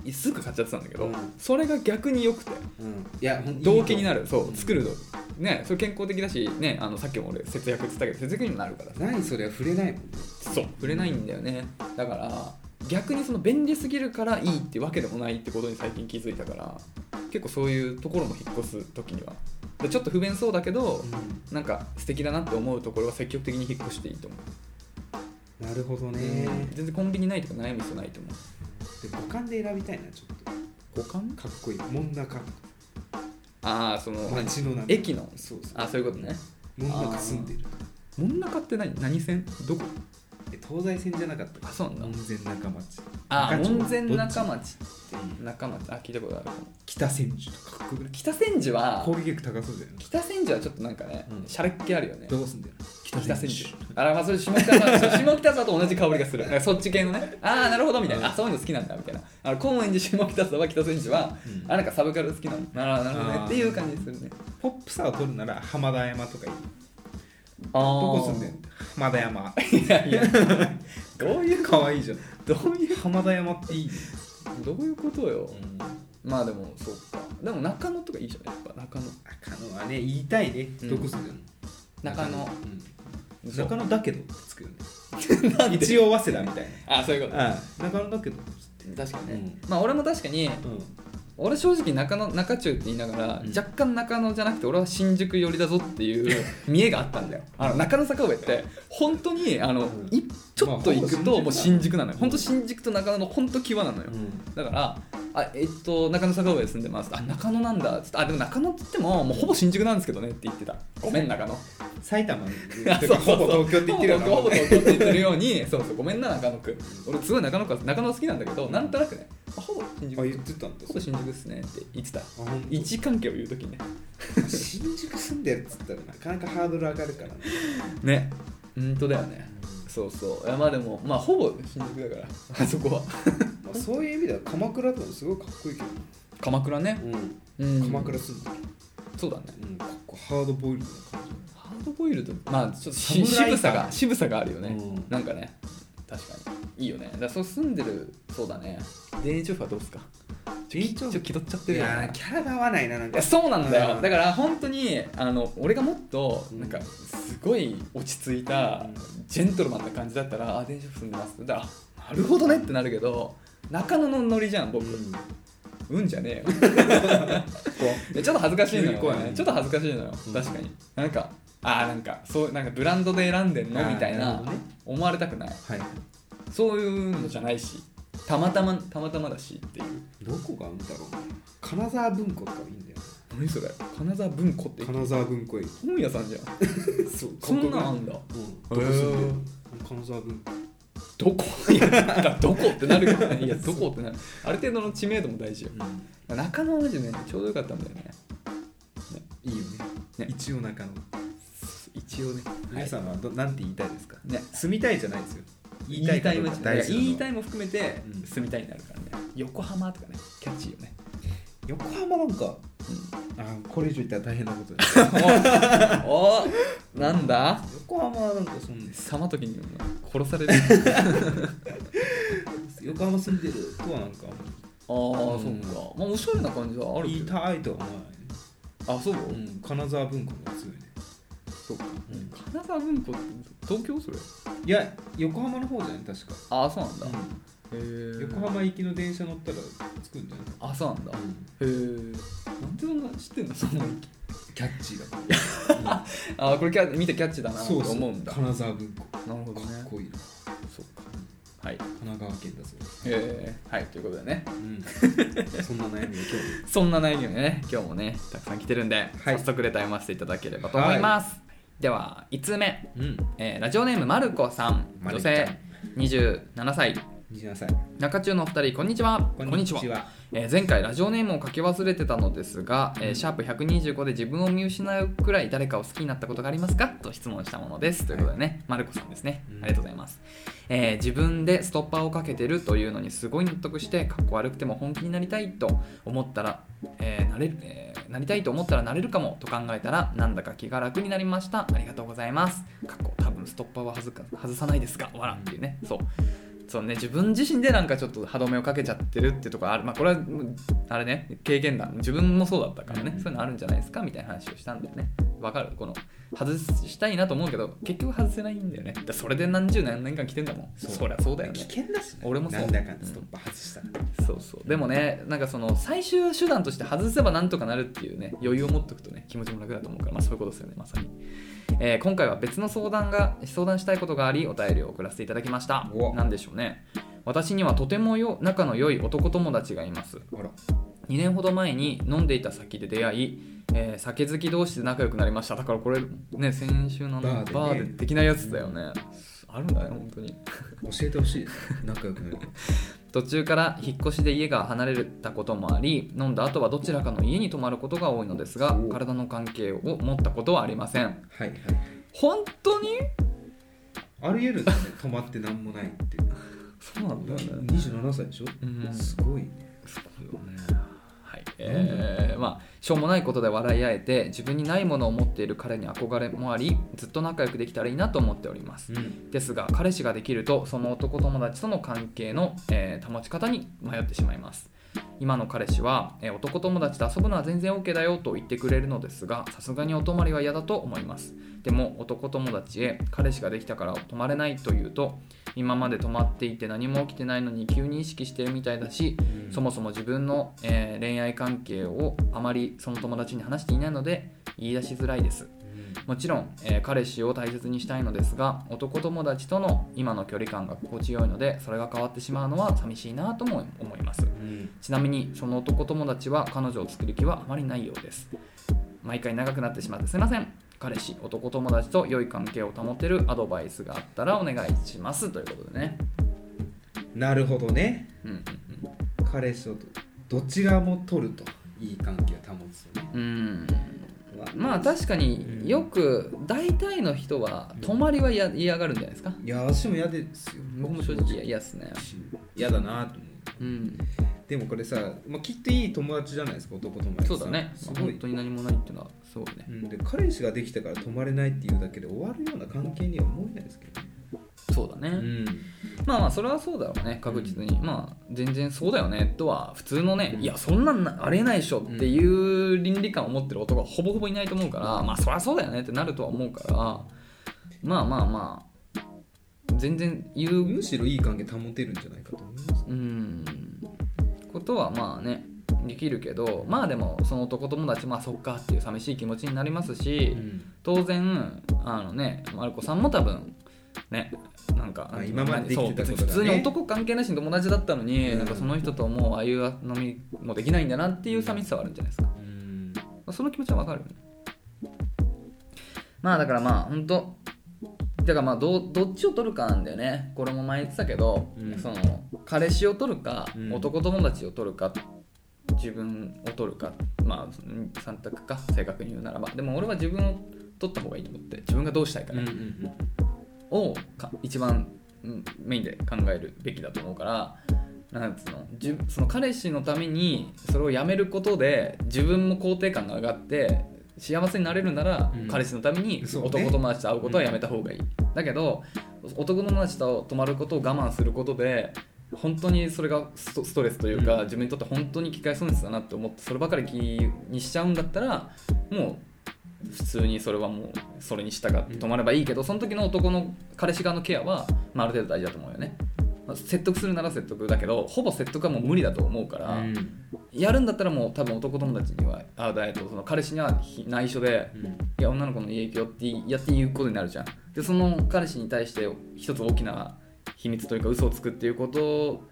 Speaker 1: うん
Speaker 2: すぐ買っちゃってたんだけど、
Speaker 1: うん
Speaker 2: それが逆に良くて
Speaker 1: うんいやほん
Speaker 2: 動機になるそう、
Speaker 1: うん
Speaker 2: 作る動機ねそれ健康的だしねあのさっきも俺節約って言ったけど節約にもなるからさ
Speaker 1: 何それは触れないもん
Speaker 2: そう触れないんだよねだから逆にその便利すぎるからいいってわけでもないってことに最近気づいたから結構そういうところも引っ越す時にはでちょっと不便そうだけど、なんか素敵だなって思うところは積極的に引っ越していいと思う、
Speaker 1: なるほどね
Speaker 2: うん全然コンビニないとか悩む必要ないと思
Speaker 1: で五感で選びたいなちょっ
Speaker 2: う五感
Speaker 1: とかっこいいもんなか
Speaker 2: ああその、
Speaker 1: 街の中
Speaker 2: 駅の
Speaker 1: そうそ
Speaker 2: あそういうことね
Speaker 1: うもんなか住んでる
Speaker 2: 真ん中って何何線どこ
Speaker 1: え東西線じゃなかった
Speaker 2: あそうなんだ
Speaker 1: 門前仲町
Speaker 2: あ
Speaker 1: 中町
Speaker 2: 門前仲
Speaker 1: どっ
Speaker 2: 町
Speaker 1: ち
Speaker 2: 仲町あ聞いたことあるかも
Speaker 1: 北千住とかかっこよくない
Speaker 2: 北千住は
Speaker 1: 攻撃力高そうじゃない
Speaker 2: 北千住はちょっとなんかね
Speaker 1: うん
Speaker 2: シャレっ気あるよね
Speaker 1: どうすんだよ
Speaker 2: 北千住あらまあそれ下北 沢そう下北沢と同じ香りがするなんかそっち系のねああなるほどみたいなあそういうの好きなんだみたいなあの高円寺下北沢北千住は
Speaker 1: うん
Speaker 2: あなんかサブカル好きなんだああなるほど
Speaker 1: あ
Speaker 2: ね
Speaker 1: ー
Speaker 2: っていう感じするね
Speaker 1: ポップさを取るなら浜田山とかいい
Speaker 2: ああ
Speaker 1: どこ住んでんの浜田 山
Speaker 2: いやいやどういう
Speaker 1: かわいいじゃん
Speaker 2: どういう
Speaker 1: 浜田山っていいね、
Speaker 2: どういうことよまあでもそうかでも中野とかいいじゃないやっぱ中野
Speaker 1: 中野はね言いたいね、
Speaker 2: うん
Speaker 1: どこ住んでんの
Speaker 2: 中野、
Speaker 1: うん
Speaker 2: そう
Speaker 1: 中野だけどってつくよね
Speaker 2: なんで
Speaker 1: 一応早稲田みたい
Speaker 2: あそういうこと
Speaker 1: な、うん、中野だけどって
Speaker 2: 確かにね、
Speaker 1: うん
Speaker 2: まあ俺も確かに俺正直中野中中って言いながら、
Speaker 1: うん
Speaker 2: 若干中野じゃなくて俺は新宿寄りだぞっていう 見えがあったんだよあの中野坂上って本当にあの、
Speaker 1: うん
Speaker 2: いちょっと行くと
Speaker 1: まあ
Speaker 2: も
Speaker 1: ほ
Speaker 2: う
Speaker 1: ぼ
Speaker 2: 新
Speaker 1: 新
Speaker 2: 宿なのよ、
Speaker 1: うん
Speaker 2: 本当新宿と中野の本当際なのよ、
Speaker 1: うん
Speaker 2: だからあえっと中野坂上住んでますあ中野なんだつってあでも中野って言ってももうほぼ新宿なんですけどねって言ってたごめん中野
Speaker 1: 埼玉にいる
Speaker 2: あ
Speaker 1: 時
Speaker 2: そう
Speaker 1: ほぼ東京って言ってるよな
Speaker 2: ほぼ東京って言ってるようにそうそうごめんな中野区俺すごい中野区は中野好きなんだけどなんとなくねあほぼ新宿
Speaker 1: あ言ってたんだ
Speaker 2: ほぼ新宿ですねって言ってた
Speaker 1: あ本当
Speaker 2: 位置関係を言うときね
Speaker 1: 新宿住んでるっつったらなかなかハードル上がるからね
Speaker 2: ね本当だよねそうそういやまあでもまあほぼ新宿だからあ そこは
Speaker 1: まあ、そういう意味では鎌倉とかもすごいかっこいいけどね、
Speaker 2: 鎌倉ね、うん、
Speaker 1: 鎌倉住んでる、
Speaker 2: そうだね
Speaker 1: うん、かっこハードボイルドな感じ
Speaker 2: ハードボイルドまあちょっとし
Speaker 1: 侍感
Speaker 2: 渋さが渋さがあるよね、
Speaker 1: うん
Speaker 2: なんかね確かにいいよねだからそう住んでるそうだね田園調布はどうですかちょ
Speaker 1: 田園調布
Speaker 2: ちょ気取っちゃって
Speaker 1: い
Speaker 2: るよね
Speaker 1: やーキャラが合わないななん
Speaker 2: い
Speaker 1: か
Speaker 2: やそうなんだよ、
Speaker 1: うん
Speaker 2: だから本当にあの俺がもっとなんかすごい落ち着いた
Speaker 1: う
Speaker 2: ジェントルマンな感じだったら「あ電車住んでます」って言ったらあ「なるほどね」ってなるけど中野のノリじゃん僕、
Speaker 1: うん
Speaker 2: うんじゃ ねえよ いやちょっと恥ずかしいの
Speaker 1: 急に怖
Speaker 2: よ、
Speaker 1: いね
Speaker 2: ちょっと恥ずかしいのよ、
Speaker 1: うん
Speaker 2: 確かになんかああなんかそうなんかブランドで選んでんの
Speaker 1: あー
Speaker 2: みたい
Speaker 1: なる
Speaker 2: な
Speaker 1: ほどね
Speaker 2: 思われたくない
Speaker 1: はい
Speaker 2: そういうのじゃないしたまたまたまたまだしっていう
Speaker 1: どこが合うんだろうな金沢文庫とかもいいんだよ
Speaker 2: 何それ金沢文庫って
Speaker 1: な金沢文庫駅
Speaker 2: 本屋さんじゃん
Speaker 1: そう
Speaker 2: そんなんあんだ
Speaker 1: うん、どこ住んでる金沢文庫
Speaker 2: どこ いやどこってなるけどねいやどこってなるある程度の知名度も大事よ中野はマジねちょうどよかったんだよね
Speaker 1: いいよね
Speaker 2: ね
Speaker 1: 一応中野
Speaker 2: 一応ね
Speaker 1: 皆さんはど、なんて言いたいですか
Speaker 2: ね
Speaker 1: 住みたいじゃないですよ
Speaker 2: 言いたい
Speaker 1: かどう
Speaker 2: も
Speaker 1: か
Speaker 2: いや言いた
Speaker 1: い
Speaker 2: いも含めて
Speaker 1: うん
Speaker 2: 住みたいになるからね、横浜とかねキャッチーよね、
Speaker 1: 横浜なんかあーこれ以上言ったら大変なことです
Speaker 2: おおなんだ
Speaker 1: 横浜はなんかそんな
Speaker 2: さまときに殺される あ
Speaker 1: 横浜住んでるとはなんか
Speaker 2: あーそっかまあおしゃれな感じはある
Speaker 1: 言
Speaker 2: け
Speaker 1: い
Speaker 2: ど
Speaker 1: たいとは思わ
Speaker 2: あそう、
Speaker 1: ない、ねうん、金沢文庫の方が強いね
Speaker 2: そうか、
Speaker 1: うん
Speaker 2: 金沢文庫って東京それ
Speaker 1: いや横浜の方じゃない確か、
Speaker 2: ああそうなんだ、へ
Speaker 1: うん
Speaker 2: え
Speaker 1: 横浜行きの電車乗ったら着くんじゃない
Speaker 2: あそうなんだ、
Speaker 1: か、
Speaker 2: へえ。なんでそんな知ってんのそんなに。
Speaker 1: キャッチーだから
Speaker 2: あーこれキャ見てキャッチだなと
Speaker 1: そうそう
Speaker 2: 思うんだ。
Speaker 1: 金沢文庫
Speaker 2: なるほど
Speaker 1: かっ
Speaker 2: ね。
Speaker 1: こいいな
Speaker 2: そうか。はい。へ
Speaker 1: 神奈川県だそうです、
Speaker 2: え。はいということでね。
Speaker 1: うん、 そんな悩みを今日
Speaker 2: そんな悩みをね今日もねたくさん来てるんで、
Speaker 1: い
Speaker 2: 早速レター読ませていただければと思います。では5つ目、
Speaker 1: うん、
Speaker 2: えーラジオネームまるこさん
Speaker 1: まる
Speaker 2: 女
Speaker 1: ちゃん
Speaker 2: 性27歳
Speaker 1: 27歳
Speaker 2: 中中のお二人こんにちは
Speaker 1: こんにちは
Speaker 2: えー前回ラジオネームを書き忘れてたのですが、えーシャープ125で自分を見失うくらい誰かを好きになったことがありますかと質問したものですということでね、マルコさんですね、
Speaker 1: うん
Speaker 2: ありがとうございます、えー自分でストッパーをかけてるというのにすごい納得してかっこ悪くても本気になりたいと思ったら、えーなれるえーなりたいと思ったらなれるかもと考えたらなんだか気が楽になりましたありがとうございますかっこ多分ストッパーは外か外さないですがわらっていうねそうそうね、自分自身でなんかちょっと歯止めをかけちゃってるってところある、まあ、これはうんあれね経験談自分もそうだったからね、
Speaker 1: うん
Speaker 2: そういうのあるんじゃないですかみたいな話をしたんだよねわかるこの外したいなと思うけど結局外せないんだよねだからそれで何十何年間来てんだもん
Speaker 1: そ
Speaker 2: そうりゃそうだよ
Speaker 1: 危
Speaker 2: ね
Speaker 1: 険だしね
Speaker 2: 俺もそう
Speaker 1: なんだかんだストッパー外したら、
Speaker 2: そうそうでもねなんかその最終手段として外せばなんとかなるっていうね余裕を持っておくとね気持ちも楽だと思うからまあそういうことですよねまさに、えー今回は別の相談が相談したいことがありお便りを送らせていただきました
Speaker 1: お
Speaker 2: 何でしょうね私にはとてもよ仲の良い男友達がいます
Speaker 1: あら
Speaker 2: 2年ほど前に飲んでいた先で出会い、えー酒好き同士で仲良くなりましただからこれね先週のあの
Speaker 1: バー
Speaker 2: バ
Speaker 1: でね
Speaker 2: ーで的なやつだよねあるんだね本当に
Speaker 1: 教えてほしいですね仲良くなる
Speaker 2: 途中から引っ越しで家が離れたこともあり飲んだ後はどちらかの家に泊まることが多いのですが
Speaker 1: お
Speaker 2: 体の関係を持ったことはありません
Speaker 1: はいはい
Speaker 2: 本当に
Speaker 1: ありえるんだね止まってなんもないって
Speaker 2: そうなんだよね
Speaker 1: 27歳でしょ、
Speaker 2: うん
Speaker 1: すごいね
Speaker 2: すごいよねはいえーまあしょうもないことで笑い合えて自分にないものを持っている彼に憧れもありずっと仲良くできたらいいなと思っております
Speaker 1: うん
Speaker 2: ですが彼氏ができるとその男友達との関係の、えー保ち方に迷ってしまいます今の彼氏は、えー男友達と遊ぶのは全然 OK だよと言ってくれるのですがさすがにお泊まりは嫌だと思いますでも男友達へ彼氏ができたから泊まれないと言うと今まで泊まっていて何も起きてないのに急に意識してるみたいだしそもそも自分の、えー恋愛関係をあまりその友達に話していないので言い出しづらいです
Speaker 1: うん
Speaker 2: もちろん、えー彼氏を大切にしたいのですが男友達との今の距離感が心地よいのでそれが変わってしまうのは寂しいなとも思います
Speaker 1: うん
Speaker 2: ちなみにその男友達は彼女を作る気はあまりないようです毎回長くなってしまってすいません彼氏男友達と良い関係を保てるアドバイスがあったらお願いしますということでね
Speaker 1: なるほどね
Speaker 2: うんうん
Speaker 1: 彼氏とどちらも取るといい関係を保つとね
Speaker 2: うんうん
Speaker 1: うわ
Speaker 2: まあ確かによく大体の人は泊まりは嫌嫌がるんじゃないですか
Speaker 1: いや私も嫌ですよ
Speaker 2: 僕も正直嫌っすね
Speaker 1: 嫌だなと思う
Speaker 2: うん
Speaker 1: でもこれさ、まあ、きっといい友達じゃないですか男友達さ
Speaker 2: そうだね、
Speaker 1: す
Speaker 2: まあ
Speaker 1: ごい
Speaker 2: 本当に何もないっていうのはすごいね
Speaker 1: うん、で彼氏ができたから泊まれないっていうだけで終わるような関係には思えないですけどね、
Speaker 2: そうだね、まあまあそれはそうだろうね確実に、まあ全然そうだよねとは普通のね、
Speaker 1: うん
Speaker 2: いやそんなんなありえないでしょっていう倫理観を持ってる男はほぼほぼいないと思うからまあそりゃそうだよねってなるとは思うからまあまあまあ全然言
Speaker 1: うん、
Speaker 2: う
Speaker 1: むしろいい関係保てるんじゃないかと思います
Speaker 2: うんことはまあねできるけどまあでもその男友達まあそっかっていう寂しい気持ちになりますし、
Speaker 1: うん
Speaker 2: 当然あのねマルコさんも多分ねなんか、
Speaker 1: まあ今までできてたことがね
Speaker 2: そう普通に男関係なしに友達だったのに、
Speaker 1: うん
Speaker 2: なんかその人ともうああいう飲みもできないんだなっていう寂しさはあるんじゃないですか、
Speaker 1: うん
Speaker 2: まあその気持ちはわかるよねまあだからまあ本当だからまあどうどっちを取るかなんだよねこれも前言ってたけど、
Speaker 1: うん
Speaker 2: その彼氏を取るか、
Speaker 1: うん
Speaker 2: 男友達を取るか自分を取るかまあ3択か正確に言うならばでも俺は自分を取った方がいいと思って自分がどうしたいか
Speaker 1: うん
Speaker 2: ね、をか一番うんメインで考えるべきだと思うからなんつうのじゅその彼氏のためにそれをやめることで自分も肯定感が上がって幸せになれるなら、
Speaker 1: うん
Speaker 2: 彼氏のために
Speaker 1: そうね
Speaker 2: 男友達と会うことはやめた方がいい、だけど男友達と泊まることを我慢することで本当にそれがストストレスというか、
Speaker 1: うん
Speaker 2: 自分にとって本当に機会損失だなって思ってそればかり気にしちゃうんだったらもう普通にそれはもうそれに従って泊まればいいけど、その時の男の彼氏側のケアは、まあ、ある程度大事だと思うよね、まあ説得するなら説得だけどほぼ説得はもう無理だと思うから、
Speaker 1: うん
Speaker 2: やるんだったらもう多分男友達にはあだえっとその彼氏には内緒で
Speaker 1: うん
Speaker 2: いや女の子の家行くよってやって言うことになるじゃんでその彼氏に対して一つ大きな秘密というか嘘をつくっていうこと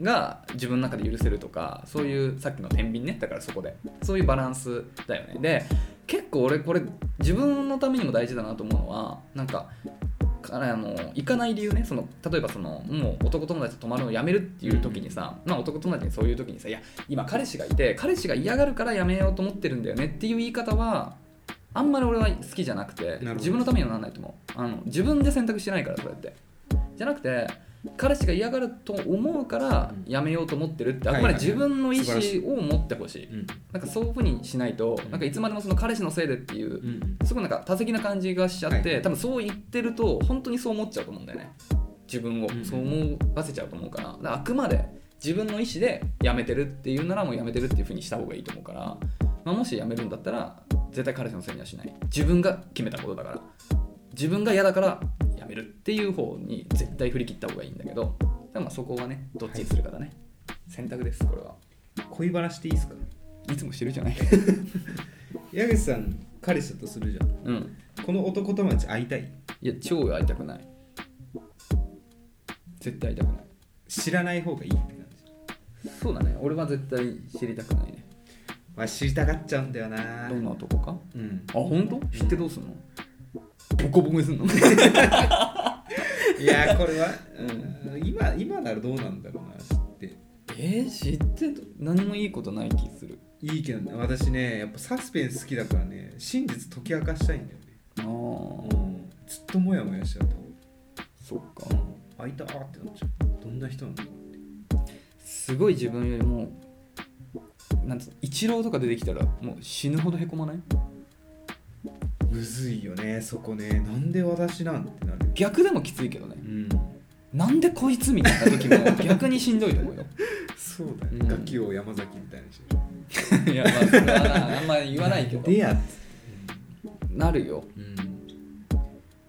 Speaker 2: が自分の中で許せるとかそういうさっきの天秤ねだからそこでそういうバランスだよねで結構俺これ自分のためにも大事だなと思うのはなんかかあの行かない理由ねその例えばそのもう男友達と泊まるのをやめるっていう時にさ、まあ、男友達にそういう時にさ「いや今彼氏がいて彼氏が嫌がるからやめようと思ってるんだよね」っていう言い方はあんまり俺は好きじゃなくて
Speaker 1: ほど
Speaker 2: 自分のためにはならないと思うあの自分で選択してないからそれってじゃなくて彼氏が嫌がると思うからやめようと思ってるってあくまで自分の意思を持ってほしい
Speaker 1: うん
Speaker 2: なんかそういうふうにしないとなんかいつまでもその彼氏のせいでっていう
Speaker 1: うん
Speaker 2: すごいなんか多責な感じがしちゃって、
Speaker 1: はい
Speaker 2: 多分そう言ってると本当にそう思っちゃうと思うんだよね自分を
Speaker 1: うん
Speaker 2: そう思わせちゃうと思うからだからあくまで自分の意思でやめてるっていうならもうやめてるっていうふうにした方がいいと思うから、まあ、もしやめるんだったら絶対彼氏のせいにはしない自分が決めたことだから自分が嫌だからやめるっていう方に絶対振り切った方がいいんだけどでもまあそこはねどっちにするかだね、選択ですこれは
Speaker 1: 恋バラしていいですか
Speaker 2: いつもしてるじゃない
Speaker 1: 矢口さん彼氏だとするじゃん
Speaker 2: うん
Speaker 1: この男友達会いたい
Speaker 2: いや超会いたくない絶対会いたくない
Speaker 1: 知らない方がいいって感じ
Speaker 2: そうだね俺は絶対知りたくないね
Speaker 1: まあ知りたがっちゃうんだよな
Speaker 2: どんな男か
Speaker 1: うん
Speaker 2: あ本当知ってどうすんのボコボコにすんの
Speaker 1: いやーこれは、うん、今今ならどうなんだろうな知って
Speaker 2: えー、知ってど何もいいことない気する
Speaker 1: いいけどね私ねやっぱサスペンス好きだからね真実解き明かしたいんだよね
Speaker 2: ああ
Speaker 1: うんずっとモヤモヤしちゃうと
Speaker 2: そっか
Speaker 1: あいたーってなっちゃうどんな人なの
Speaker 2: すごい自分よりもなんつうの一郎とか出てきたらもう死ぬほどへこまない
Speaker 1: むずいよねそこねなんで私なんてなるよ
Speaker 2: 逆でもきついけどね
Speaker 1: うん
Speaker 2: なんでこいつみたいな 時も逆にしんどいと思うよ
Speaker 1: そうだよ、
Speaker 2: うん
Speaker 1: ねガキを山崎みたいな人
Speaker 2: いやまあそれはなあんま言わないけど
Speaker 1: でやっ
Speaker 2: なるよ
Speaker 1: うん、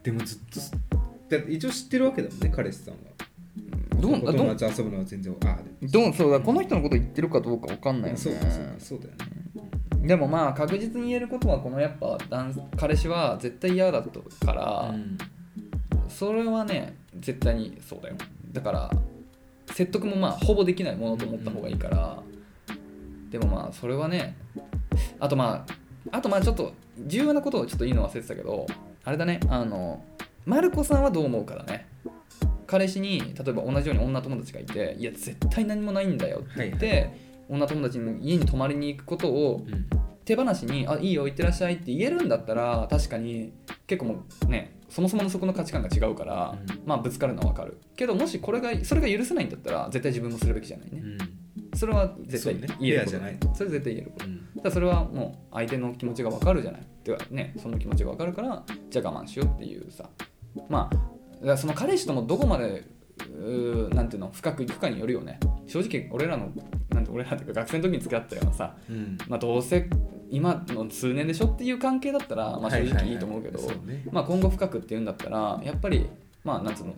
Speaker 1: でもずっとすだって一応知ってるわけだもんね彼氏さんは
Speaker 2: どうあどう
Speaker 1: 友達遊ぶのは全然ああで
Speaker 2: どうそうだこの人のこと言ってるかどうかわかんないよね
Speaker 1: そうかそうかそうだよね
Speaker 2: でもまあ確実に言えることはこのやっぱ男彼氏は絶対嫌だったから、
Speaker 1: うん
Speaker 2: それはね絶対にそうだよだから説得もまあほぼできないものと思った方がいいから、でもまあそれはねあとまああとまあちょっと重要なことをちょっと言うの忘れてたけどあれだねあのマルコさんはどう思うかだね彼氏に例えば同じように女友達がいていや絶対何もないんだよって言って、女友達に家に泊まりに行くことを
Speaker 1: うん
Speaker 2: 手放しに「あいいよ行ってらっしゃい」って言えるんだったら確かに結構もうねそもそものそこの価値観が違うから、
Speaker 1: う
Speaker 2: まあぶつかるのはわかるけどもしこれがそれが許せないんだったら絶対自分もするべきじゃないうね
Speaker 1: ん
Speaker 2: それは絶対
Speaker 1: そうね
Speaker 2: 言えること
Speaker 1: フェアじゃない
Speaker 2: それ絶対言えること
Speaker 1: うん
Speaker 2: だからそれはもう相手の気持ちがわかるじゃないてかねその気持ちがわかるからじゃあ我慢しようっていうさまあだからその彼氏ともどこまでうーなんていうの深くいくかによるよね正直俺らのなんて俺らっていうか学生の時に付き合ったようなさ
Speaker 1: うん
Speaker 2: まあ、どうせ今の数年でしょっていう関係だったら、まあ、正直いいと思うけど、
Speaker 1: はいはいはいそうね
Speaker 2: まあ、今後深くっていうんだったらやっぱり、まあ、なんつうの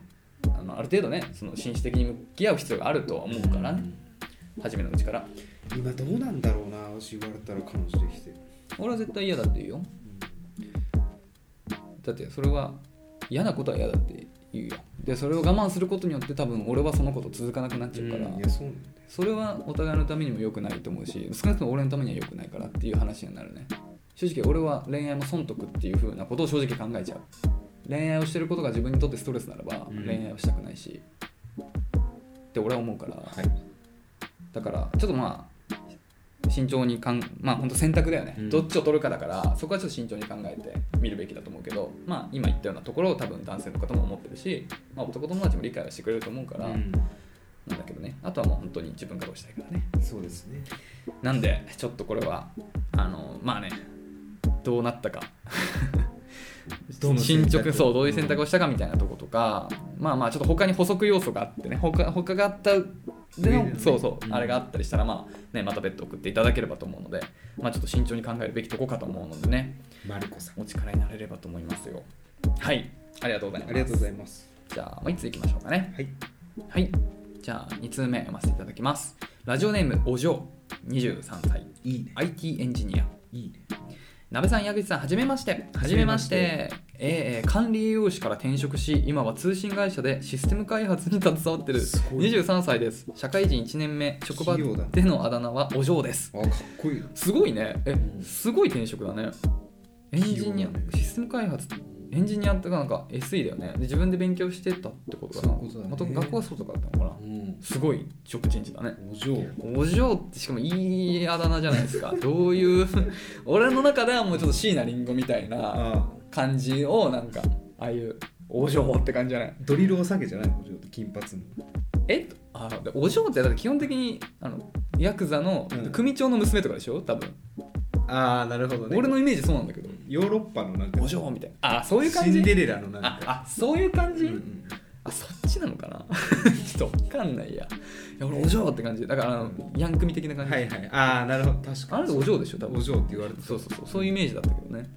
Speaker 2: あのある程度ねその紳士的に向き合う必要があるとは思うからね、初めのうちから
Speaker 1: うん今どうなんだろうな私言われたら彼女できて
Speaker 2: 俺は絶対嫌だって言うよだってそれは嫌なことは嫌だって言うよでそれを我慢することによって多分俺はそのこと続かなくなっちゃうから、
Speaker 1: うんいやそうなんだよ
Speaker 2: それはお互いのためにも良くないと思うし少なくとも俺のためには良くないからっていう話になるね正直俺は恋愛も損得っていう風なことを正直考えちゃう恋愛をしてることが自分にとってストレスならば
Speaker 1: うん
Speaker 2: 恋愛はしたくないし、って俺は思うから、
Speaker 1: はい
Speaker 2: だからちょっとまあ慎重にかんまあ本当選択だよね、
Speaker 1: うん
Speaker 2: どっちを取るかだからそこはちょっと慎重に考えて見るべきだと思うけどまあ今言ったようなところを多分男性の方も思ってるし、まあ、男友達も理解はしてくれると思うから、
Speaker 1: うん
Speaker 2: なんだけどねあとはもう本当に自分がどうしたいからね
Speaker 1: そうですね
Speaker 2: なんでちょっとこれはあのまあねどうなったか
Speaker 1: どの選
Speaker 2: 進
Speaker 1: 択
Speaker 2: 捗そうどういう選択をしたかみたいなとことか、まあまあちょっと他に補足要素があってね他他があったでの、
Speaker 1: ね
Speaker 2: そうそう、
Speaker 1: うん
Speaker 2: あれがあったりしたらまあねまた別途送っていただければと思うのでまあちょっと慎重に考えるべきとこかと思うのでね
Speaker 1: マルコさん
Speaker 2: お力になれればと思いますよはいありがとうございま
Speaker 1: あ
Speaker 2: す
Speaker 1: りがとうございます
Speaker 2: じゃあもう一通いきましょうかね
Speaker 1: はい
Speaker 2: はい。じゃあ、2通目読ませていただきます。ラジオネーム、お嬢、23歳、
Speaker 1: いいね
Speaker 2: IT エンジニア。
Speaker 1: いいね
Speaker 2: なべさん、矢口さん、はじめまして。はじめまして。えー管理栄養士から転職し、今は通信会社でシステム開発に携わってる
Speaker 1: すごい
Speaker 2: 23歳です。社会人1年目、職場
Speaker 1: 器用だ
Speaker 2: でのあだ名はお嬢です。
Speaker 1: あかっこいいな
Speaker 2: すごいね。え
Speaker 1: う、ん
Speaker 2: すごい転職だね。エンジニア
Speaker 1: 器用だね、
Speaker 2: システム開発、エンジニアってなんか SE だよね。で自分で勉強してたってことかな。
Speaker 1: そういうことだね
Speaker 2: また学校はそうとかだったのかな。
Speaker 1: うん
Speaker 2: すごい職人事だね
Speaker 1: お嬢
Speaker 2: お嬢ってしかもいいあだ名じゃないで すかどういう俺の中ではもうちょっと椎名林檎みたいな
Speaker 1: あ
Speaker 2: 感じをなんかああいうお嬢って感じじゃない
Speaker 1: ドリルお酒じゃないお嬢って金髪の
Speaker 2: えあでお嬢ってだって基本的にあのヤクザの
Speaker 1: うん
Speaker 2: 組長の娘とかでしょ多分、
Speaker 1: ああなるほど
Speaker 2: 俺のイメージそうなんだけど
Speaker 1: ヨーロッパのなんか
Speaker 2: お嬢みたいなあそういう
Speaker 1: シ
Speaker 2: 感
Speaker 1: ン
Speaker 2: じ
Speaker 1: デレラのなん
Speaker 2: あ
Speaker 1: か
Speaker 2: あそういう感
Speaker 1: う
Speaker 2: じ、
Speaker 1: んうん
Speaker 2: あそっちなのかな ちょっと分かんないやいや俺お嬢って感じだからあのヤン組的な感じ、
Speaker 1: はいはいああなるほど確か
Speaker 2: あ
Speaker 1: に
Speaker 2: れお嬢でしょ多分
Speaker 1: お嬢って言われて
Speaker 2: そうそうそうそういうイメージだったけどね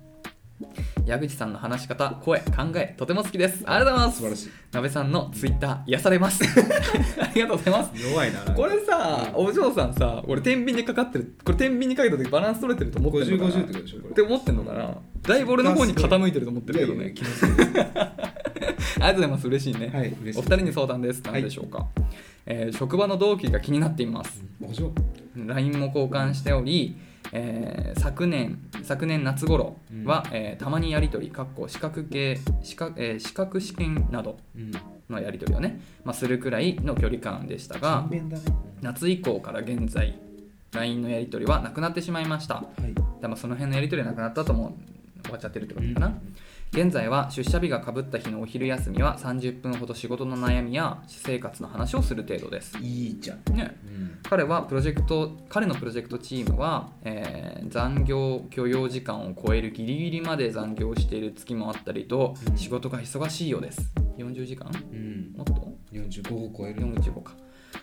Speaker 2: 矢口さんの話し方声考えとても好きですありがとうございま
Speaker 1: 素晴ら
Speaker 2: す
Speaker 1: しい
Speaker 2: なべさんのツイッター癒され ますありがとうございます
Speaker 1: 弱いななんか
Speaker 2: これさお嬢さんさ俺天秤にかかってるこれ天秤にかけた時バランス取れてると思ってるのか
Speaker 1: 50-50
Speaker 2: な
Speaker 1: ってことでしょこれ
Speaker 2: って思ってんのかなだいぶ俺の方に傾いてると思ってるけど
Speaker 1: いやい
Speaker 2: ね
Speaker 1: や気のせい
Speaker 2: ありがとうございます嬉しいね、
Speaker 1: はい嬉しい
Speaker 2: お二人に相談です何でしょうか、えー職場の同期が気になっています
Speaker 1: お嬢
Speaker 2: LINE も交換しており、えー昨年昨年夏頃は、えーたまにやり取りかっこ資格系資格,、えー資格試験など
Speaker 1: うん
Speaker 2: のやり取りをね、まあ、するくらいの距離感でしたが
Speaker 1: 簡便だね
Speaker 2: 夏以降から現在 LINE のやり取りはなくなってしまいました
Speaker 1: はい
Speaker 2: でもその辺のやり取りはなくなったともう終わっちゃってるってことかな、現在は出社日がかぶった日のお昼休みは30分ほど仕事の悩みや私生活の話をする程度です
Speaker 1: いいじゃん
Speaker 2: ね
Speaker 1: うん
Speaker 2: 彼はプロジェクト彼のプロジェクトチームは、えー残業許容時間を超えるギリギリまで残業している月もあったりと、
Speaker 1: うん
Speaker 2: 仕事が忙しいようです40時間
Speaker 1: うん
Speaker 2: もっと
Speaker 1: 45を超え る
Speaker 2: 45か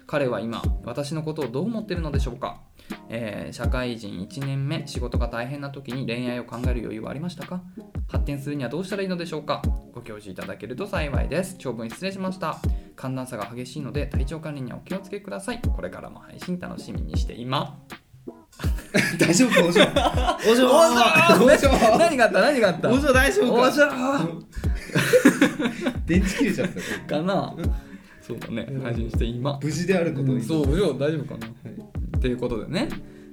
Speaker 2: 彼は今私のことをどう思ってるのでしょうか、えー社会人1年目仕事が大変な時に恋愛を考える余裕はありましたか発展するにはどうしたらいいのでしょうかご教示いただけると幸いです長文失礼しました寒暖差が激しいので体調管理にはお気をつけくださいこれからも配信楽しみにしていま
Speaker 1: 大丈夫お嬢 お嬢
Speaker 2: お嬢
Speaker 1: お嬢
Speaker 2: 何があった何があった
Speaker 1: お嬢大丈夫か
Speaker 2: お嬢
Speaker 1: 電池切れちゃったよ
Speaker 2: かなそうだね配信して今
Speaker 1: 無事であることに、
Speaker 2: そうお嬢大丈夫かな
Speaker 1: はい
Speaker 2: っていうことでね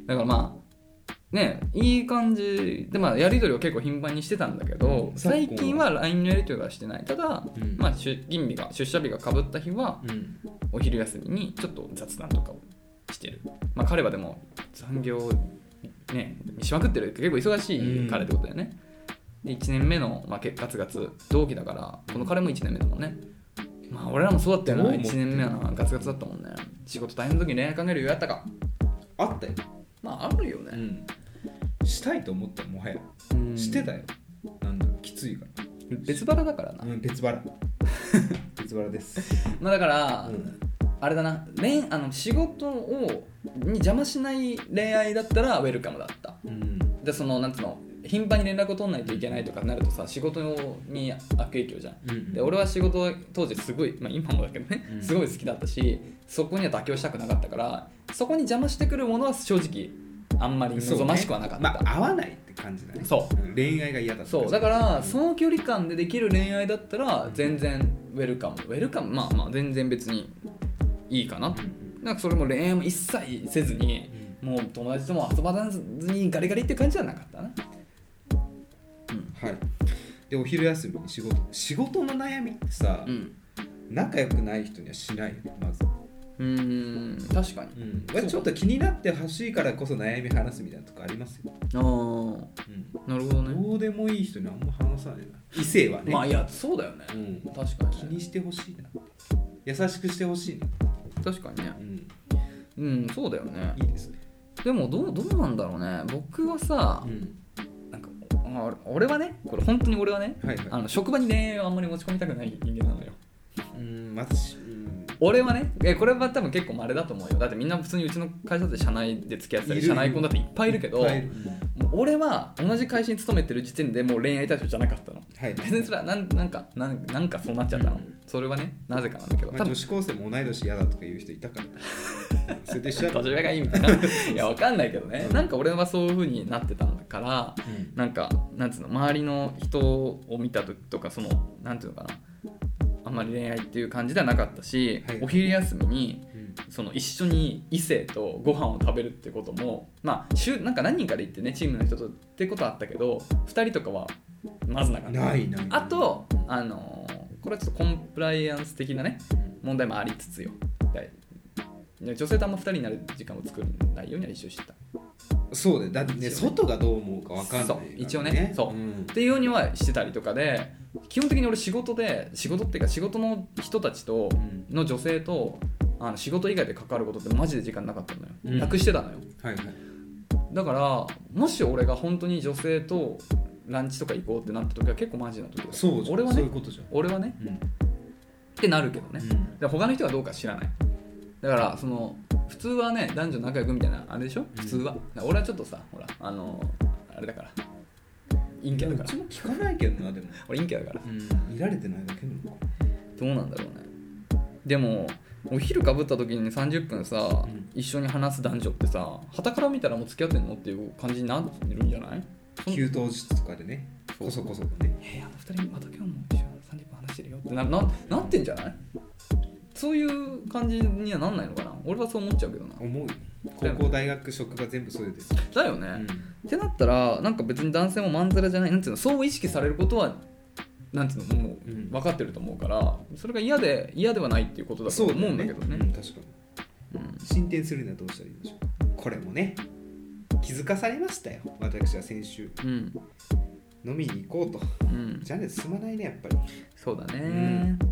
Speaker 2: だからまあねいい感じでまあやり取りを結構頻繁にしてたんだけど
Speaker 1: 昨今は
Speaker 2: 最近は LINE のやり取りはしてないただ、
Speaker 1: うん
Speaker 2: まあ、出勤日が出社日がかぶった日は
Speaker 1: うん
Speaker 2: お昼休みにちょっと雑談とかをしてるまあ彼はでも残業ねしまくってる結構忙しい彼ってことだよね、で1年目の、まあ、けガツガツ同期だからこの彼も1年目だもんねまあ俺らもそうだったよ
Speaker 1: どう
Speaker 2: な
Speaker 1: 思って
Speaker 2: 1年目はなガツガツだったもんね仕事大変の時に恋愛考える余裕あったか
Speaker 1: あったよ、
Speaker 2: まああるよね、
Speaker 1: うん、したいと思ったもはや
Speaker 2: うん
Speaker 1: してたよなんだろうきついから
Speaker 2: 別腹だからな、
Speaker 1: うん別腹別腹です、
Speaker 2: まあだから、
Speaker 1: うん
Speaker 2: あれだな恋あの仕事をに邪魔しない恋愛だったらウェルカムだった
Speaker 1: うん、
Speaker 2: でそのなんつうの頻繁に連絡を取んないといけないとかなるとさ仕事に悪影響じゃん
Speaker 1: うん
Speaker 2: で俺は仕事当時すごい、まあ、今もだけどね、
Speaker 1: うん
Speaker 2: すごい好きだったしそこには妥協したくなかったからそこに邪魔してくるものは正直あんまり望ましくはなかった
Speaker 1: そうねまあ、合わないって感じだね
Speaker 2: そ
Speaker 1: うん恋愛が嫌だった
Speaker 2: そうだからその距離感でできる恋愛だったら全然ウェルカムウェルカムまあまあ全然別にいいかな
Speaker 1: うん
Speaker 2: なんかそれも恋愛も一切せずにもう友達とも遊ばずにガリガリって感じじゃなかったな
Speaker 1: はいでお昼休みに仕事仕事の悩みってさ、
Speaker 2: うん
Speaker 1: 仲良くない人にはしないよまず、
Speaker 2: うーん確かに
Speaker 1: うん
Speaker 2: そう
Speaker 1: ちょっと気になってほしいからこそ悩み話すみたいなとこありますよ、
Speaker 2: ああなるほどね
Speaker 1: どうでもいい人にはあんま話さないな異性はね、
Speaker 2: まあいやそうだよね
Speaker 1: うん、
Speaker 2: 確か
Speaker 1: 気
Speaker 2: にね
Speaker 1: にしてほしいな優しくしてほしいな、
Speaker 2: 確かにね
Speaker 1: うん、
Speaker 2: うんそうだよね
Speaker 1: いいですね、
Speaker 2: でもどうどうなんだろうね僕はさ
Speaker 1: ん、
Speaker 2: なんかあ俺はねこれ本当に俺はね
Speaker 1: はいはい
Speaker 2: あの職場に恋愛をあんまり持ち込みたくない人間なのよ
Speaker 1: うん私、うん、
Speaker 2: 俺はねえこれは多分結構稀だと思うよだってみんな普通にうちの会社で社内で付き合ってたり
Speaker 1: いる
Speaker 2: 社内婚だっていっぱいいるけど
Speaker 1: はいうん
Speaker 2: もう俺は同じ会社に勤めてる時点でもう恋愛対象じゃなかったの
Speaker 1: はい
Speaker 2: 別にそれはなんなんかなんなんかそうなっちゃったの、
Speaker 1: うん
Speaker 2: それはねなぜかなんだけど
Speaker 1: まあ、
Speaker 2: 多
Speaker 1: 女
Speaker 2: 分
Speaker 1: 子高生も同い年嫌だとか言う人いたから それで一緒だ
Speaker 2: 年上がいいみ たいないやわかんないけどね、
Speaker 1: うん
Speaker 2: なんか俺はそういう風になってたんだからなんかなんつうの周りの人を見た時とかそのなんていうのかなあんまり恋愛っていう感じではなかったし、
Speaker 1: はい
Speaker 2: お昼休みに
Speaker 1: うん
Speaker 2: その一緒に異性とご飯を食べるってこともまあ週なんか何人かで行ってねチームの人とってことはあったけど2人とかはまずなかった
Speaker 1: ないない
Speaker 2: あとあのーこれはちょっとコンプライアンス的なね問題もありつつよだい女性とあんま2人になる時間を作らないようには一緒してたっ
Speaker 1: そうだよだってね
Speaker 2: 一応ね
Speaker 1: 外がどう思うかわかんないから、
Speaker 2: そう一応ねそうんていうようにはしてたりとかで基本的に俺仕事で仕事っていうか仕事の人たちと
Speaker 1: うん
Speaker 2: の女性とあの仕事以外で関わることってマジで時間なかったのよ、
Speaker 1: うん
Speaker 2: なくしてたのよ
Speaker 1: はいはい
Speaker 2: だからもし俺が本当に女性とランチとか行こうってなった時は結構マジな時だった
Speaker 1: そうじゃん
Speaker 2: 俺は
Speaker 1: そういう
Speaker 2: ね
Speaker 1: ことじゃん
Speaker 2: 俺はね
Speaker 1: うん
Speaker 2: ってなるけどね、
Speaker 1: うん
Speaker 2: で他の人はどうか知らないだからその普通はね男女仲良くみたいなあれでしょ普通は、だから俺はちょっとさほらあのあれだから陰キャだか
Speaker 1: う
Speaker 2: ら
Speaker 1: ちも聞かないけどなでも、
Speaker 2: 俺陰キャだから
Speaker 1: 見られてないだけなのか
Speaker 2: どうなんだろうねでもお昼かぶった時に30分さ、
Speaker 1: ん
Speaker 2: 一緒に話す男女ってさ傍から見たらもう付き合ってんのっていう感じになってるんじゃない
Speaker 1: な給湯室とかでね
Speaker 2: そう
Speaker 1: こそこそとね
Speaker 2: えー、あの二人また今日も一緒に30分話してるよってなななってんじゃないそういう感じにはなんないのかな俺はそう思っちゃうけどな
Speaker 1: 思うよ高校大学職が全部そうです、
Speaker 2: だよね、ってなったらなんか別に男性もまんざらじゃないなんていうのそう意識されることはなんていうのもう
Speaker 1: うん
Speaker 2: 分かってると思うからそれが嫌で嫌ではないっていうことだと
Speaker 1: そう
Speaker 2: 思
Speaker 1: だ
Speaker 2: う
Speaker 1: よね
Speaker 2: んだけどね
Speaker 1: うん確かに
Speaker 2: うん
Speaker 1: 進展するにはどうしたらいいでしょうかこれもね気づかされましたよ私は先週
Speaker 2: うん、
Speaker 1: 飲みに行こうと
Speaker 2: うん、
Speaker 1: じゃあね進まないねやっぱり
Speaker 2: そうだね、
Speaker 1: うん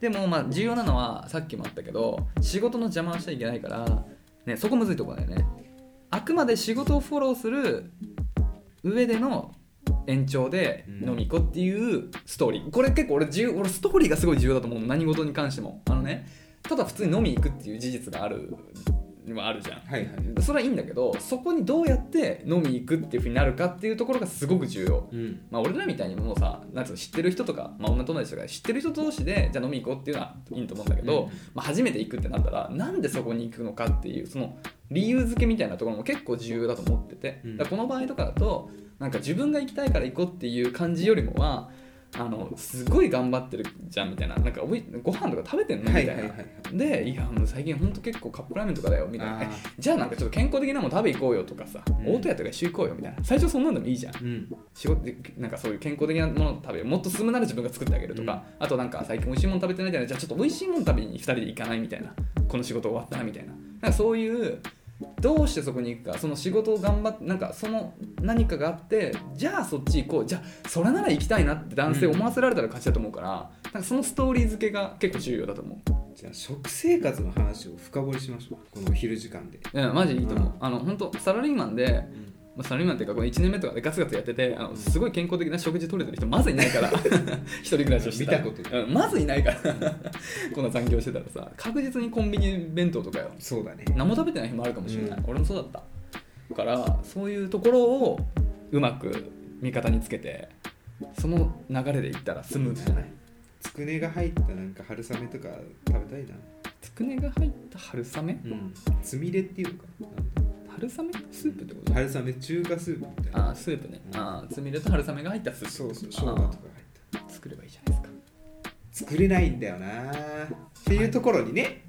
Speaker 2: でもまあ重要なのはさっきもあったけど仕事の邪魔をしちゃいけないから、ね、そこむずいとこだよねあくまで仕事をフォローする上での延長で
Speaker 1: うん
Speaker 2: 飲み子っていうストーリーこれ結構俺重俺ストーリーがすごい重要だと思うの何事に関してもあのねただ普通に飲み行くっていう事実があるはあるじゃん
Speaker 1: はいはい
Speaker 2: それはいいんだけどそこにどうやって飲みに行くっていうふうになるかっていうところがすごく重要
Speaker 1: うん
Speaker 2: まあ俺らみたいにもうさなんつうの知ってる人とか、まあ、女友達とか知ってる人同士でじゃあ飲みに行こうっていうのはいいと思うんだけど、
Speaker 1: うん
Speaker 2: まあ、初めて行くってなったらなんでそこに行くのかっていうその理由付けみたいなところも結構重要だと思ってて、
Speaker 1: うん
Speaker 2: だからこの場合とかだとなんか自分が行きたいから行こうっていう感じよりもはあのすごい頑張ってるじゃんみたいななんかおいご飯とか食べてんのみた
Speaker 1: はいい
Speaker 2: な、
Speaker 1: はいはいはい
Speaker 2: でいやもう最近ほんと結構カップラーメンとかだよみたいな
Speaker 1: あー
Speaker 2: えじゃあなんかちょっと健康的なもの食べ行こうよとかさ、
Speaker 1: うん
Speaker 2: 大戸屋とか一緒行こうよみたいな最初そんなんでもいいじゃん
Speaker 1: うん
Speaker 2: 仕事でなんかそういう健康的なものを食べるもっと進むなら自分が作ってあげるとか、あとなんか最近美味しいもの食べてないじゃないじゃあちょっと美味しいもの食べに2人で行かないみたいなこの仕事終わったなみたいななんかそういうどうしてそこに行くかその仕事を頑張ってなんかその何かがあってじゃあそっち行こうじゃあそれなら行きたいなって男性思わせられたら勝ちだと思うから、なんかそのストーリー付けが結構重要だと思う
Speaker 1: じゃあ食生活の話を深掘りしましょうこのお昼時間で
Speaker 2: うん、マジいいと思う、あの本当サラリーマンで、まあ、サラリーマンっていうかこの1年目とかでガツガツやっててあのすごい健康的な食事取れてる人まずいないから 一人暮らしをしてら
Speaker 1: 見たことな
Speaker 2: うん、まずいないから こんな残業してたらさ確実にコンビニ弁当とかよ
Speaker 1: そうだね
Speaker 2: 何も食べてない日もあるかもしれない、
Speaker 1: うん
Speaker 2: 俺もそうだっただからそういうところをうまく味方につけてその流れでいったらスムーズじゃない
Speaker 1: つくねが入ったなんか春雨とか食べたいな
Speaker 2: つくねが入った春雨
Speaker 1: うんつみれっていうのかな
Speaker 2: 春雨スープってこと
Speaker 1: 春雨中華スープみたいな
Speaker 2: あースープねあーつみれと春雨が入ったスープ
Speaker 1: そうそう生姜
Speaker 2: あ
Speaker 1: と
Speaker 2: ー
Speaker 1: か入った
Speaker 2: 作ればいいじゃないですか
Speaker 1: 作れないんだよなっていうところにね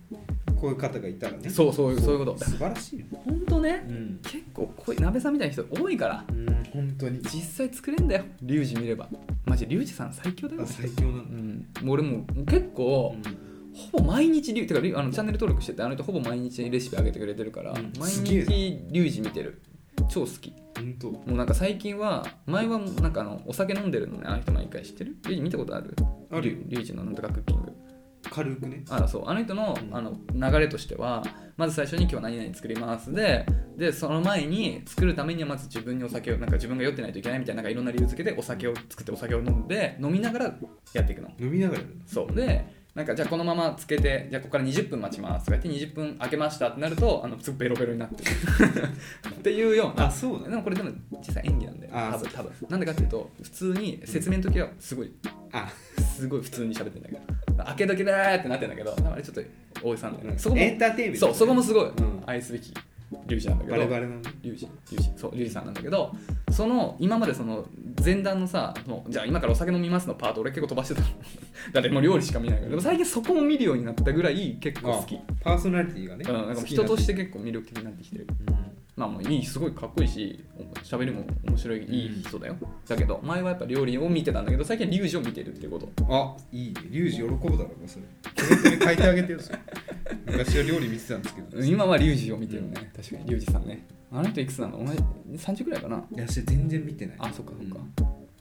Speaker 1: こういう方がいたらね
Speaker 2: そうそうそういうこと
Speaker 1: 素晴らしいよ
Speaker 2: 本当ね、
Speaker 1: うん、
Speaker 2: 結構こういう鍋さんみたいな人多いから
Speaker 1: うん、本当に
Speaker 2: 実際作れんだよリュウジ見ればマジリュウジさん最強だよ
Speaker 1: あ最強な
Speaker 2: うん
Speaker 1: だ、
Speaker 2: ん、もう俺もう結構、
Speaker 1: うん
Speaker 2: ほぼ毎日リュウてかリュウあのチャンネル登録しててあの人ほぼ毎日レシピ上げてくれてるか
Speaker 1: う
Speaker 2: ら、
Speaker 1: ん
Speaker 2: 毎
Speaker 1: すげえ
Speaker 2: 日
Speaker 1: な
Speaker 2: リュウジ見てる超好き
Speaker 1: 本当
Speaker 2: もうなんか最近は前はもうなんかあのお酒飲んでるのねあの人毎回知ってるリュウジ見たことある
Speaker 1: ある
Speaker 2: リュウリュウジのなんとかクッキング
Speaker 1: 軽くね
Speaker 2: あそうあの人の
Speaker 1: うん
Speaker 2: あの流れとしてはまず最初に今日は何々作りますででその前に作るためにはまず自分にお酒をなんか自分が酔ってないといけないみたいななんかいろんな理由付けでお酒を作ってお酒を飲んで飲みながらやっていくの
Speaker 1: 飲みながらやるの
Speaker 2: そうでなんかじゃあこのままつけてじゃあここから20分待ちますとか言って20分開けましたってなるとあのすぐベロベロになってる っていうような
Speaker 1: あそうだ
Speaker 2: で
Speaker 1: ね
Speaker 2: もこれでも実際演技なんで
Speaker 1: あ
Speaker 2: 多分多分なんでかっていうと普通に説明の時はすごい
Speaker 1: あ
Speaker 2: すごい普通に喋ってんだけど開けとけだーってなってんだけどあれちょっと大井さんだよねそこも
Speaker 1: エンターテインメント
Speaker 2: そうそこもすごい、
Speaker 1: うん
Speaker 2: 愛すべきリュウジなんだけど
Speaker 1: バレバレなんだ
Speaker 2: リュウジリュウジそうリュウジさんなんだけどその今までその前段のさもうじゃあ今からお酒飲みますのパート俺結構飛ばしてたの だってもう料理しか見ないからでも最近そこも見るようになったぐらい結構好き
Speaker 1: パーソナリティがね、
Speaker 2: うん、なんか
Speaker 1: 好き
Speaker 2: 人
Speaker 1: な
Speaker 2: として結構魅力的になってきてるまあもういいすごいかっこいいし喋りも面白いいい人だよ、だけど前はやっぱ料理を見てたんだけど最近はリュウジを見てるっていうこと
Speaker 1: あいいねリュウジ喜ぶだろうなそれコメントに書いてあげてよそ れ昔は料理見てたんですけど
Speaker 2: 今はリュウジを見てるね、確かにリュウジさんねあの人いくつなのお前30くらいかない
Speaker 1: やそれ全然見てない
Speaker 2: あそっかそっか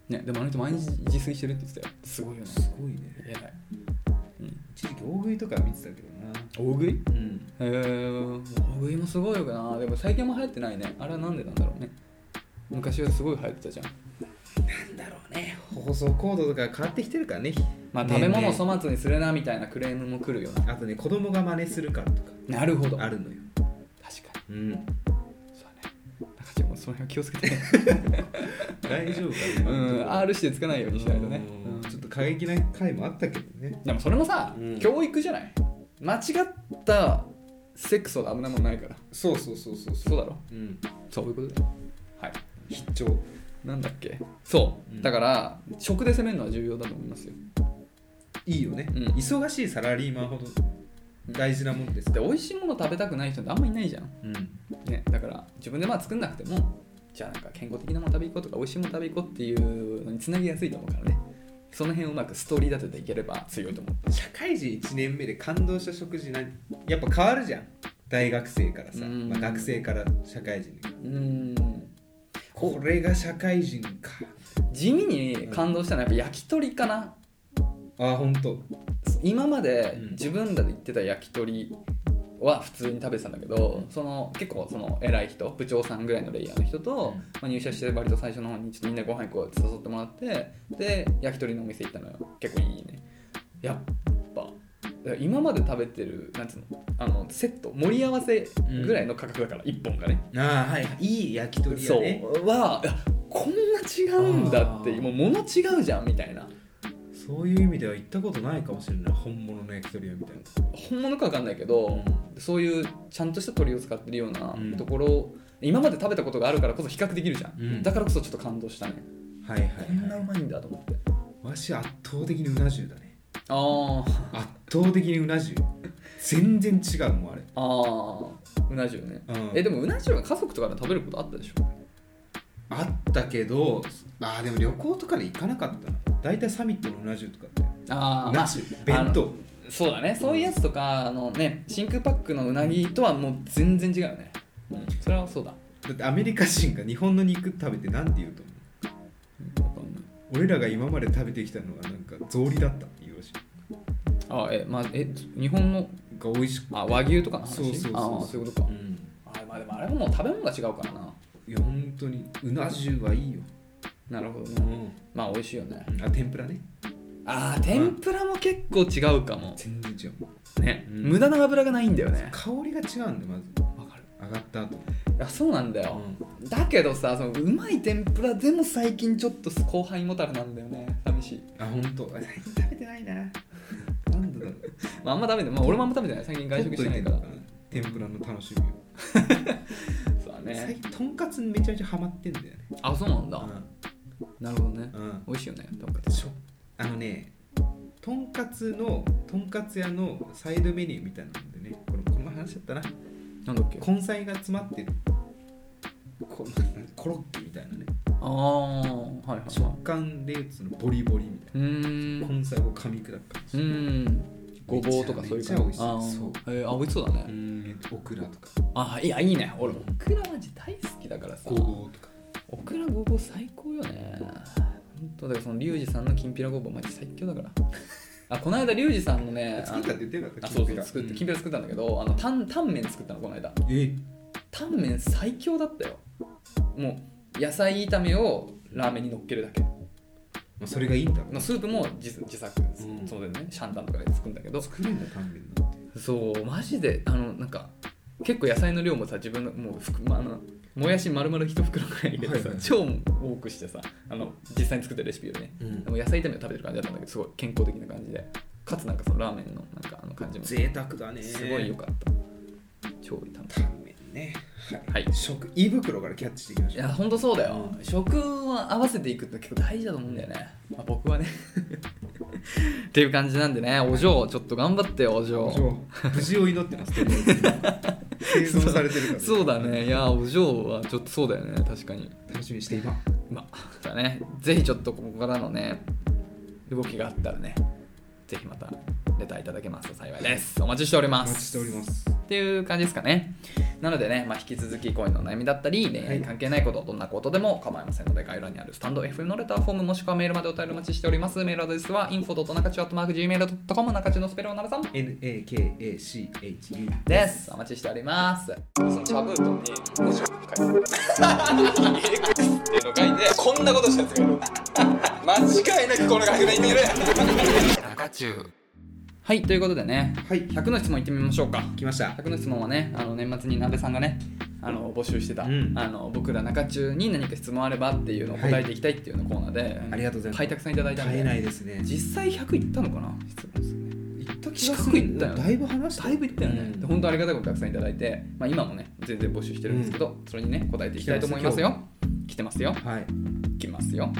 Speaker 1: うん、
Speaker 2: ねでもあの人毎日自炊してるって言ってたよすごいよね
Speaker 1: すごいね
Speaker 2: 偉い、うん、
Speaker 1: 一時期大食いとか見てたけどな
Speaker 2: 大食いへ
Speaker 1: うん
Speaker 2: え大食いもすごいよなでも最近あんま流行ってないねあれはなんでなんだろうね昔はすごい流行ってたじゃん
Speaker 1: なんだろうね放送コードとか変わってきてるからね
Speaker 2: まあ
Speaker 1: ね
Speaker 2: 食
Speaker 1: え
Speaker 2: べ物
Speaker 1: ね
Speaker 2: を
Speaker 1: え
Speaker 2: 粗末にするなみたいなクレームも来るよ
Speaker 1: あとね子供が真似するからとか
Speaker 2: ななるほど
Speaker 1: あ
Speaker 2: 確か
Speaker 1: るのよ
Speaker 2: に
Speaker 1: うん
Speaker 2: そうだね中ちゃんもその辺は気をつけて
Speaker 1: 大丈夫か
Speaker 2: う
Speaker 1: 今のとこ
Speaker 2: ん
Speaker 1: ろ
Speaker 2: R してつかないようにしないとね
Speaker 1: うん
Speaker 2: うん
Speaker 1: ちょっと過激な回もあったけどね
Speaker 2: でもそれもさ、
Speaker 1: うん
Speaker 2: 教育じゃない間違ったセックスほど危ないもんないから
Speaker 1: そうそうそうそう
Speaker 2: そうだろ
Speaker 1: うん
Speaker 2: そういうことだよはい
Speaker 1: 必聴
Speaker 2: なんだっけそう、
Speaker 1: うん
Speaker 2: だから食で攻めるのは重要だと思いますよ
Speaker 1: いいよね、
Speaker 2: うん
Speaker 1: 忙しいサラリーマンほど大事なもんです
Speaker 2: で美味しいもの食べたくない人ってあんまいないじゃん、
Speaker 1: うん
Speaker 2: ね、だから自分でまあ作んなくてもじゃあなんか健康的なもの食べ行こうとか美味しいもの食べ行こうっていうのにつなぎやすいと思うからねその辺をうまくストーリー立てていければ強いと思う
Speaker 1: 社会人1年目で感動した食事何やっぱ変わるじゃん大学生からさ、
Speaker 2: うん
Speaker 1: まあ、学生から社会人に
Speaker 2: うーん
Speaker 1: これが社会人か
Speaker 2: 地味に感動したのはやっぱ焼き鳥かな
Speaker 1: あ本当
Speaker 2: 今ま
Speaker 1: う
Speaker 2: で
Speaker 1: ん
Speaker 2: 自分らで行ってた焼き鳥は普通に食べてたんだけど、その結構その偉い人部長さんぐらいのレイヤーの人と、
Speaker 1: うん
Speaker 2: まあ、入社して割と最初の方にちょっとみんなご飯行こうって誘ってもらってで焼き鳥のお店行ったのよ結構いいねやっぱだから今まで食べてるなんつうのあのセット盛り合わせぐらいの価格だから、一1本がね
Speaker 1: ああはいいい焼き鳥
Speaker 2: そ
Speaker 1: 屋
Speaker 2: う
Speaker 1: ね
Speaker 2: はあこんな違うんだって
Speaker 1: あー
Speaker 2: もう物違うじゃんみたいな
Speaker 1: そういう意味では行ったことないかもしれない本物の焼き鳥屋みたいな
Speaker 2: 本物か分かんないけど、そういうちゃんとした鳥を使ってるような
Speaker 1: うん
Speaker 2: ところを、今まで食べたことがあるからこそ比較できるじゃん、
Speaker 1: うん
Speaker 2: だからこそちょっと感動したね
Speaker 1: はいはい、
Speaker 2: こんな
Speaker 1: は
Speaker 2: うまいんだと思って
Speaker 1: い、わし圧倒的にうな重だね
Speaker 2: あー
Speaker 1: 圧倒的にうな重全然違うもんあれ、
Speaker 2: あーうな重ね
Speaker 1: うん、
Speaker 2: えでもうな重は家族とかで食べることあったでしょ
Speaker 1: あったけどあーでも旅行とかで行かなかったな大体サミットのうな重とかって
Speaker 2: あ
Speaker 1: う
Speaker 2: あ
Speaker 1: な重弁当
Speaker 2: そうだねそういうやつとかあのね真空パックのうなぎとはもう全然違うよね、うん、それはそうだ
Speaker 1: だってアメリカ人が日本の肉食べてなんて言うと思う俺らが今まで食べてきたのはなんか草履だったっていうらしい
Speaker 2: あえ,、まあ、え日本の
Speaker 1: が美味しく
Speaker 2: あ和牛とかの話
Speaker 1: そうそうそう
Speaker 2: あーそういうことか、
Speaker 1: うん
Speaker 2: あまあでもあれはもう食べ物が違うからない
Speaker 1: や本当にうな重はいいよ、
Speaker 2: なるほど
Speaker 1: う
Speaker 2: ね
Speaker 1: ん、
Speaker 2: まあ美味しいよね
Speaker 1: あ天ぷらね
Speaker 2: あー天ぷらも結構違うかも
Speaker 1: 全然違うもん
Speaker 2: ね、
Speaker 1: うん
Speaker 2: 無駄な油がないんだよね
Speaker 1: 香りが違うんでまず
Speaker 2: わかる
Speaker 1: 上がった後、
Speaker 2: あそうなんだよ、だけどさそのうまい天ぷらでも最近ちょっと後輩もたれなんだよね寂しい
Speaker 1: あ本当最近食べてないななんでだろう
Speaker 2: まああんま食べてまあ俺もあんま食べてない最近外食してないから
Speaker 1: 取っとてんのかな天ぷらの楽しみを、
Speaker 2: そうだね
Speaker 1: 最近とんかつにめちゃめちゃハマってんだよね
Speaker 2: あそうなんだ、なるほどね
Speaker 1: うん、うん
Speaker 2: 美味しいよねとんか
Speaker 1: しょあのねとんかつのとんかつ屋のサイドメニューみたいなのでねこれこの前話しちゃったな
Speaker 2: つなんだっけ
Speaker 1: 根菜が詰まってるこコロッケみたいなね
Speaker 2: ああはいはい
Speaker 1: 食感でいうとそのボリボリみたいう
Speaker 2: ー
Speaker 1: なん
Speaker 2: う
Speaker 1: 根菜を噛み砕く感じ
Speaker 2: ーんごぼうとかそういう感
Speaker 1: め
Speaker 2: じ
Speaker 1: ちゃ
Speaker 2: あ
Speaker 1: めちゃ美味しい
Speaker 2: ーえーあ美味しそうだね、
Speaker 1: うんオクラとか
Speaker 2: あいやいいね俺オクラ味大好きだからさ
Speaker 1: ごぼうとか
Speaker 2: オクラごぼう最高よね本当だからそのリュウジさんのきんぴらごぼうマジ最強だ からあこの間リュウジさんのねあ
Speaker 1: 作
Speaker 2: の
Speaker 1: ったって言ってなかった
Speaker 2: あそうそう作ってきんぴ
Speaker 1: ら
Speaker 2: ら作ったんだけどあのタンタンメン作ったのこの間
Speaker 1: え
Speaker 2: タンメン最強だったよもう野菜炒めをラーメンに乗っけるだけ
Speaker 1: まあそれがいいんだろう
Speaker 2: のスープも自自作、
Speaker 1: うん
Speaker 2: そうだよねシャンタンとかで作るんだけど
Speaker 1: 作れんだタンメンなんて
Speaker 2: そうマジであのなんか結構野菜の量もさ自分のもうふく、まあ、あのもやし丸々一袋くらい入れてさ、
Speaker 1: はいはい
Speaker 2: 超多くしてさあの実際に作ったレシピよりね
Speaker 1: うん
Speaker 2: でも野菜炒めを食べてる感じだったんだけどすごい健康的な感じでかつなんかそのラーメンのなんかあの感じもす
Speaker 1: 贅沢だね
Speaker 2: ごい良かった超炒め
Speaker 1: タンメンね
Speaker 2: はい
Speaker 1: 食胃袋からキャッチしていきま
Speaker 2: い
Speaker 1: しょ
Speaker 2: やほんとそうだよ、食は合わせていくって結構大事だと思うんだよね、まあ、僕はねっていう感じなんでねお嬢ちょっと頑張ってよお嬢
Speaker 1: う そう無事を祈ってますとりあえず生存されてるから
Speaker 2: そうだねいやお嬢はちょっとそうだよね確かに
Speaker 1: 楽しみにして今
Speaker 2: まあだねぜひちょっとここからのね動きがあったらねぜひまたレターいただけますと幸いですお待ちしており
Speaker 1: お
Speaker 2: ます
Speaker 1: 待ちしております
Speaker 2: っていう感じですかねなのでね、まあ、引き続き恋の悩みだったり恋愛に関係ないことどんなことでも構いませんので概要欄にあるスタンド FM のレターフォームもしくはメールまでお便りお待ちしておりますメールアドレスは info.nakachu.gmail.com 中中のスペルをならさん
Speaker 1: NAKACHU
Speaker 2: ですお待ちしておりますそのチャブートに文字を書いてっていうのを書 いてこんなことしたやつがいる間違いなくこの学年にいる中中はいということでね
Speaker 1: はい
Speaker 2: 100の質問いってみましょうか
Speaker 1: 来ました
Speaker 2: 100の質問はねあの年末に鍋さんがねあの募集してた、
Speaker 1: うん
Speaker 2: あの僕ら中中に何か質問あればっていうのを答えていきたいっていうのコーナーで、
Speaker 1: ありがとうございます
Speaker 2: 開拓さんいただいたん
Speaker 1: 買
Speaker 2: で
Speaker 1: えないですね
Speaker 2: 実際100いったのかな質問ですね
Speaker 1: 行った
Speaker 2: 気がするんだよね
Speaker 1: だいぶ話した
Speaker 2: だいぶいったよね、
Speaker 1: うん
Speaker 2: で本当ありがたいことたくさんいただいて、まあ、今もね全然募集してるんですけど、それにね答えていきたいと思いますよ来てますよ
Speaker 1: はい
Speaker 2: 来ますよ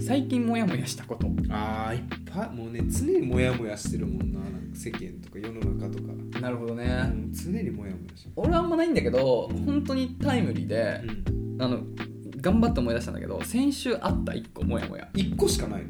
Speaker 2: 最近モヤモヤしたこと
Speaker 1: あーいっぱいもうね常にモヤモヤしてるもんななんか世間とか世の中とか、
Speaker 2: なるほどね、
Speaker 1: うん、常にモヤモヤしてる
Speaker 2: 俺はあんまないんだけど
Speaker 1: うん
Speaker 2: 本当にタイムリーで、あの頑張って思い出したんだけど先週あった1個モヤモヤ
Speaker 1: 一個しかない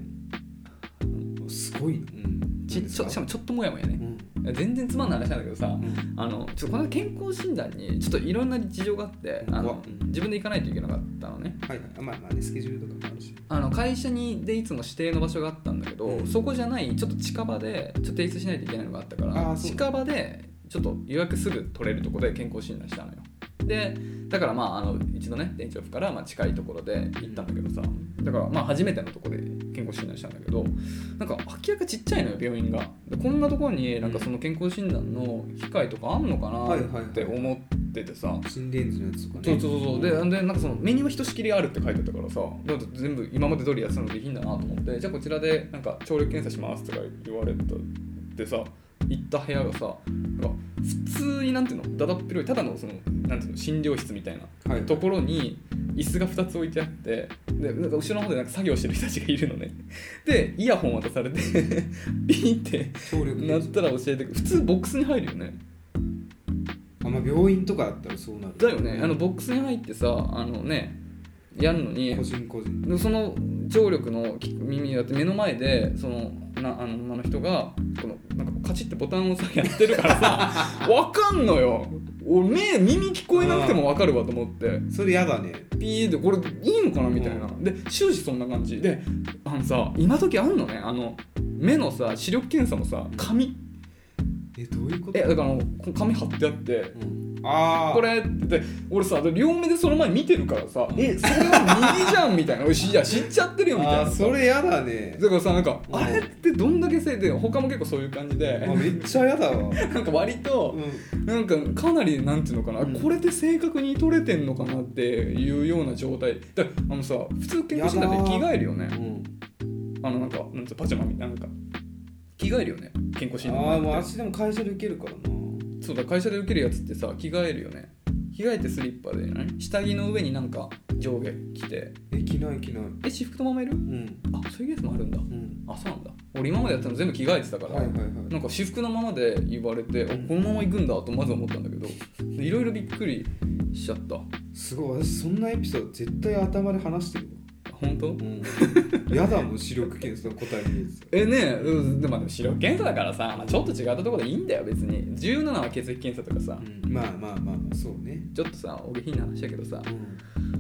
Speaker 1: のすごいな、うん
Speaker 2: ちちょしかもちょっともやもやね
Speaker 1: う、ん
Speaker 2: 全然つまんない話なんだけどさ、
Speaker 1: うん
Speaker 2: あのちょっとこの間健康診断にちょっといろんな事情があってあ
Speaker 1: うわ
Speaker 2: の自分で行かないといけなかったのね
Speaker 1: はいはいあまあまあねスケジュールとかもあるし
Speaker 2: あの会社にでいつも指定の場所があったんだけど、
Speaker 1: うん
Speaker 2: そこじゃないちょっと近場でちょっと提出しないといけないのがあったか
Speaker 1: あ
Speaker 2: ら
Speaker 1: ーそう
Speaker 2: 近場でちょっと予約すぐ取れるとこで健康診断したのよでだからまああの一度ね店長府からまあ近いところで行ったんだけどさだからまあ初めてのとこで健康診断したんだけどなんか明らかちっちゃいのよ病院がでこんなところになんかその健康診断の機会とかあんのか
Speaker 1: はいはいは
Speaker 2: ないって思っててさ、
Speaker 1: 心電図のやつとかね
Speaker 2: そうそうそうででなんかそのメニューはひとしきりあるって書いてあったからさだって全部今まで通りやってたのできんだなと思ってじゃあこちらでなんか聴力検査しますとか言われたってさ行った部屋がさなんか普通になんていうのだだっ広いただのそのなんていうの診療室みたいな、
Speaker 1: はい
Speaker 2: ところに椅子が2つ置いてあってでなんか後ろの方でなんか作業してる人たちがいるのね でイヤホン渡されて ピンって
Speaker 1: 聴力
Speaker 2: な
Speaker 1: 検
Speaker 2: っ
Speaker 1: 査
Speaker 2: たら教えてく普通ボックスに入るよね
Speaker 1: あまあ病院とかだったらそうなる
Speaker 2: だよねあのボックスに入ってさあのねやるのに
Speaker 1: 個人個人
Speaker 2: でその聴力のき耳だって目の前でそのなあの女の人がこのなんかカチッてボタンをさやってるから さわかんのよ俺目耳聞こえなくてもわかるわと思って
Speaker 1: それやだね
Speaker 2: ピーでこれいいのかなみたいな、
Speaker 1: う
Speaker 2: で終始そんな感じであのさ今時あんのねあの目のさ視力検査もさ紙
Speaker 1: えどういうこと
Speaker 2: えだからあのこう紙貼ってあって
Speaker 1: うんああ
Speaker 2: これって俺さ両目でその前見てるからさ「えそれは右じゃん」みたいな「おいしいや知っちゃってるよ」みたい
Speaker 1: あ
Speaker 2: な
Speaker 1: ーそれやだ ね
Speaker 2: だからさなんか
Speaker 1: うん
Speaker 2: あれってどんだけせいで他も結構そういう感じ
Speaker 1: あ
Speaker 2: で
Speaker 1: めっちゃやだ わ
Speaker 2: なんか割と
Speaker 1: う
Speaker 2: なんかかなりなんていうのかな、
Speaker 1: うん
Speaker 2: これで正確に取れてんのかなっていうような状態だあのさ普通健康診断って着替えるよね
Speaker 1: んうん
Speaker 2: あのなんかなんつうパジャマみたいななんか着替えるよね健康診
Speaker 1: ああ
Speaker 2: 断
Speaker 1: もう
Speaker 2: なんて
Speaker 1: 足でも会社で受けるからな
Speaker 2: そうだ会社で受けるやつってさ着替えるよね着替えてスリッパで何下着の上になんか上下着て
Speaker 1: え着ない着ない
Speaker 2: え私服のままいる
Speaker 1: うん
Speaker 2: あそういうやつもあるんだ
Speaker 1: うん
Speaker 2: あそうなんだ俺今までやったの全部着替えてたから、
Speaker 1: はいはいはい
Speaker 2: なんか私服のままで言われて、あ
Speaker 1: うん
Speaker 2: このまま行くんだとまず思ったんだけどでいろいろびっくりしちゃったあ
Speaker 1: すごい私そんなエピソード絶対頭で話してるわ
Speaker 2: 本当
Speaker 1: うんやだもん視力検査の答え見えて
Speaker 2: えねえうんでもまあでも視力検査だからさ、まあ、ちょっと違ったところでいいんだよ別に17は血液検査とかさ
Speaker 1: た、うんまあまあまあまあそうね
Speaker 2: ちょっとさお下品な話だけどさ
Speaker 1: うん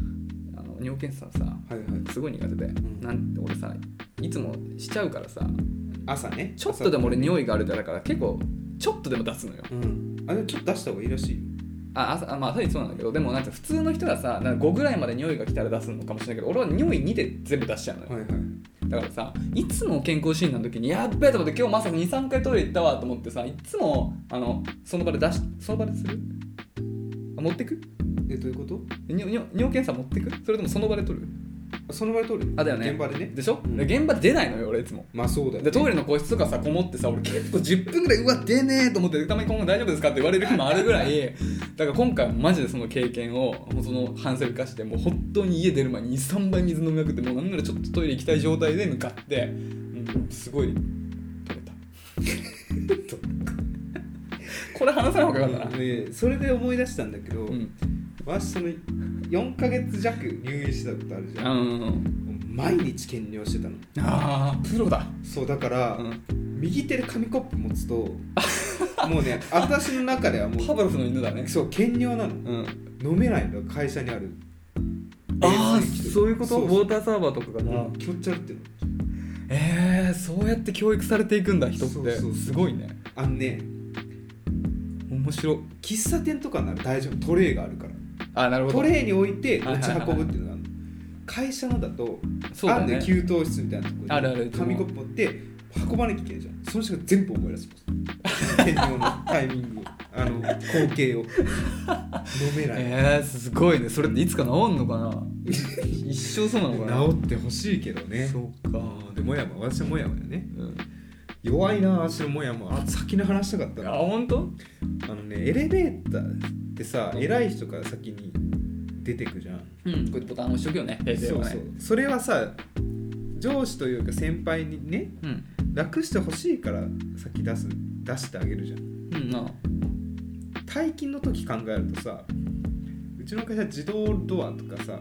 Speaker 2: あの尿検査さ
Speaker 1: はいはい
Speaker 2: すごい苦手で、
Speaker 1: ん
Speaker 2: なんて俺さいつもしちゃうからさ
Speaker 1: 朝ね
Speaker 2: ちょっとでも俺匂いがあるだから結構ちょっとでも出すのよ
Speaker 1: 朝うんあれちょっと出した方がいいらしいよ
Speaker 2: あ朝あまあ朝にそうなんだけどでもなんか普通の人はさなんか5ぐらいまで匂いが来たら出すのかもしれないけど俺は匂い2で全部出しちゃうのよ、
Speaker 1: はいはい
Speaker 2: だからさいつも健康診断の時にやっべえと思って今日まさか23回トイレ行ったわと思ってさいつもあのその場で出しその場でするあ持ってく
Speaker 1: えどういうこと
Speaker 2: 尿尿尿検査持ってくそれともその場で取る
Speaker 1: あその場で取る
Speaker 2: あだよね
Speaker 1: 現場でね
Speaker 2: でしょ、
Speaker 1: うん
Speaker 2: で現場で出ないのよ俺いつも
Speaker 1: まあそうだよ
Speaker 2: で
Speaker 1: ね
Speaker 2: トイレの個室とかさこもってさ俺結構10分ぐらいうわ出ねえと思ってたまに今後大丈夫ですかって言われる日もあるぐらいだから今回マジでその経験をその反省を生かしてもう本当に家出る前に23杯水飲みまくってもうなんならちょっとトイレ行きたい状態で向かって、うん、すごい取れた これ話さない方がよかったな、
Speaker 1: ねそれで思い出したんだけど、
Speaker 2: うん、
Speaker 1: 私その4ヶ月弱入院してたことあるじ
Speaker 2: あ
Speaker 1: ゃん、
Speaker 2: の
Speaker 1: 毎日検尿してたの
Speaker 2: あープロだ、
Speaker 1: そうだから、
Speaker 2: うん、
Speaker 1: 右手で紙コップ持つ ともうね私の中ではも
Speaker 2: パ
Speaker 1: う
Speaker 2: ブロフの犬だね、
Speaker 1: そう検尿なの
Speaker 2: うん、
Speaker 1: 飲めないの会社にある
Speaker 2: ああ
Speaker 1: 冷蔵庫
Speaker 2: そういうこと
Speaker 1: そ
Speaker 2: ウ
Speaker 1: そ
Speaker 2: ォーターサーバーとかかな、
Speaker 1: うん気持ち悪っての
Speaker 2: えー、そうやって教育されていくんだ人って
Speaker 1: そうそうそう
Speaker 2: すごいね
Speaker 1: あのね
Speaker 2: 面白い
Speaker 1: 喫茶店とかなら大丈夫トレイがあるから
Speaker 2: あなるほど
Speaker 1: トレイに置いて持ち
Speaker 2: はいはいはい
Speaker 1: 運ぶっていうのがあるの会社のだと
Speaker 2: そうだ
Speaker 1: あんね
Speaker 2: ね
Speaker 1: 給湯室みたいなところに
Speaker 2: あるある
Speaker 1: 紙コップ持って運ばなきゃいけないじゃんその人が全部思い出し ます天皇のタイミングあの光景を飲めない、
Speaker 2: えー、すごいねそれっていつか治んのかな 一生そうなのかな
Speaker 1: 治ってほしいけどね
Speaker 2: そうか
Speaker 1: あーでもやもや私はもやもやね
Speaker 2: うん
Speaker 1: 弱いな私のもやもやあ先の話したかった
Speaker 2: あ
Speaker 1: な
Speaker 2: 本当
Speaker 1: あのねエレベーターってさ偉い人から先に出てくじゃん
Speaker 2: うんこうやってボタン押しとくよね平成
Speaker 1: そ
Speaker 2: は
Speaker 1: う
Speaker 2: ね
Speaker 1: そうそれはさ上司というか先輩にね
Speaker 2: うん
Speaker 1: 楽してほしいから先出す出してあげるじゃん
Speaker 2: うんな
Speaker 1: 退勤の時考えるとさうちの会社自動ドアとかさ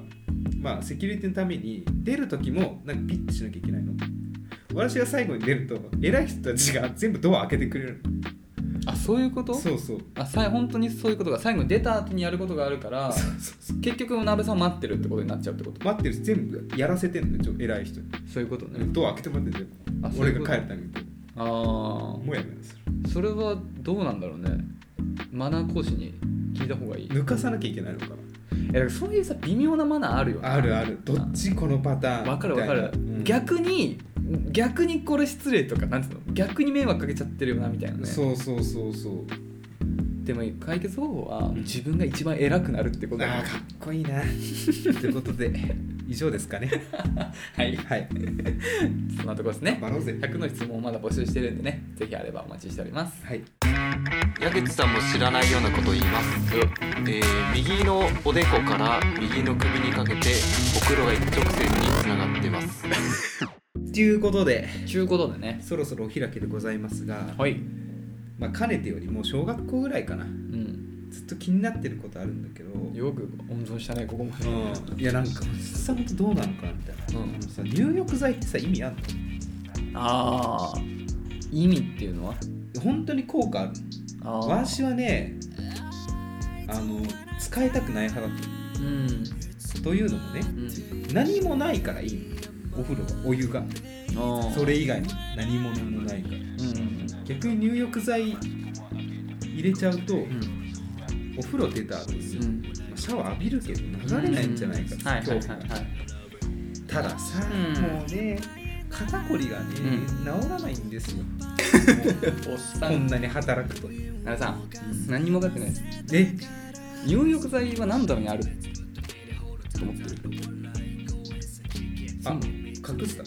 Speaker 1: まあセキュリティのために出る時もなんかピッてしなきゃいけないの私が最後に出ると偉い人たちが全部ドア開けてくれる
Speaker 2: あそういうこと
Speaker 1: そうそう
Speaker 2: あさい本当にそういうことが最後に出た後にやることがあるから
Speaker 1: そうそうそう
Speaker 2: 結局鍋さん待ってるってことになっちゃうってこと
Speaker 1: 待ってる人全部やらせてんのよちょ偉い人に
Speaker 2: そういうことね
Speaker 1: ドア開けてもらってんだよ
Speaker 2: あそうい
Speaker 1: 俺
Speaker 2: うこと
Speaker 1: が帰るために
Speaker 2: ああ
Speaker 1: もやもやする
Speaker 2: それはどうなんだろうねマナー講師に聞いた方がいい
Speaker 1: 抜かさなきゃいけないのか
Speaker 2: えだからそういうさ微妙なマナーあるよね
Speaker 1: なあるあるどっちこのパターン
Speaker 2: わかるわか
Speaker 1: み
Speaker 2: る
Speaker 1: たいなうん
Speaker 2: 逆に逆にこれ失礼とかなんていうの逆に迷惑かけちゃってるよなみたいなね
Speaker 1: そうそうそうそう
Speaker 2: でも解決方法は自分が一番偉くなるってことだ
Speaker 1: あーかっこいいなということで以上ですかね
Speaker 2: はい
Speaker 1: はい
Speaker 2: そんなところですね
Speaker 1: バローゼ
Speaker 2: 100の質問をまだ募集してるんでねぜひあればお待ちしております
Speaker 1: はい
Speaker 3: 矢口さんも知らないようなことを言います、えー右のおでこから右の首にかけてお風呂が一直線につながってます
Speaker 1: ということで
Speaker 2: ちゅうことでね
Speaker 1: そろそろお開きでございますが、
Speaker 2: はい
Speaker 1: まあ、かねてよりもう小学校ぐらいかな
Speaker 2: うん
Speaker 1: ずっと気になってることあるんだけど
Speaker 2: よく温存したねここまで
Speaker 1: うんいやなんかおじさんってどうなのかなみたいな、
Speaker 2: うん
Speaker 1: あのさ入浴剤ってさ意味ある
Speaker 2: ああ意味っていうのは
Speaker 1: の本当に効果ある
Speaker 2: あ
Speaker 1: の
Speaker 2: ー
Speaker 1: わしはねあの使いたくない派だっ
Speaker 2: うん
Speaker 1: たというのもね
Speaker 2: うん
Speaker 1: 何もないからいいのお風呂はお湯が
Speaker 2: あー
Speaker 1: それ以外に何ももないから
Speaker 2: うん
Speaker 1: 逆に入浴剤入れちゃうと、
Speaker 2: うん
Speaker 1: お風呂出た後ですよ、
Speaker 2: うん
Speaker 1: シャワー浴びるけど流れないんじゃないか
Speaker 2: はいはい
Speaker 1: 恐
Speaker 2: は
Speaker 1: 怖
Speaker 2: い
Speaker 1: が
Speaker 2: はい
Speaker 1: たださ、
Speaker 2: うん
Speaker 1: もうね肩こりがね、治らないんですよも
Speaker 2: おっさ
Speaker 1: うこ
Speaker 2: ん
Speaker 1: んなに働くと
Speaker 2: 奈良さん何にも分かってないです
Speaker 1: え
Speaker 2: 入浴剤は何のためにあると思ってる
Speaker 1: あ
Speaker 2: そう
Speaker 1: 隠すた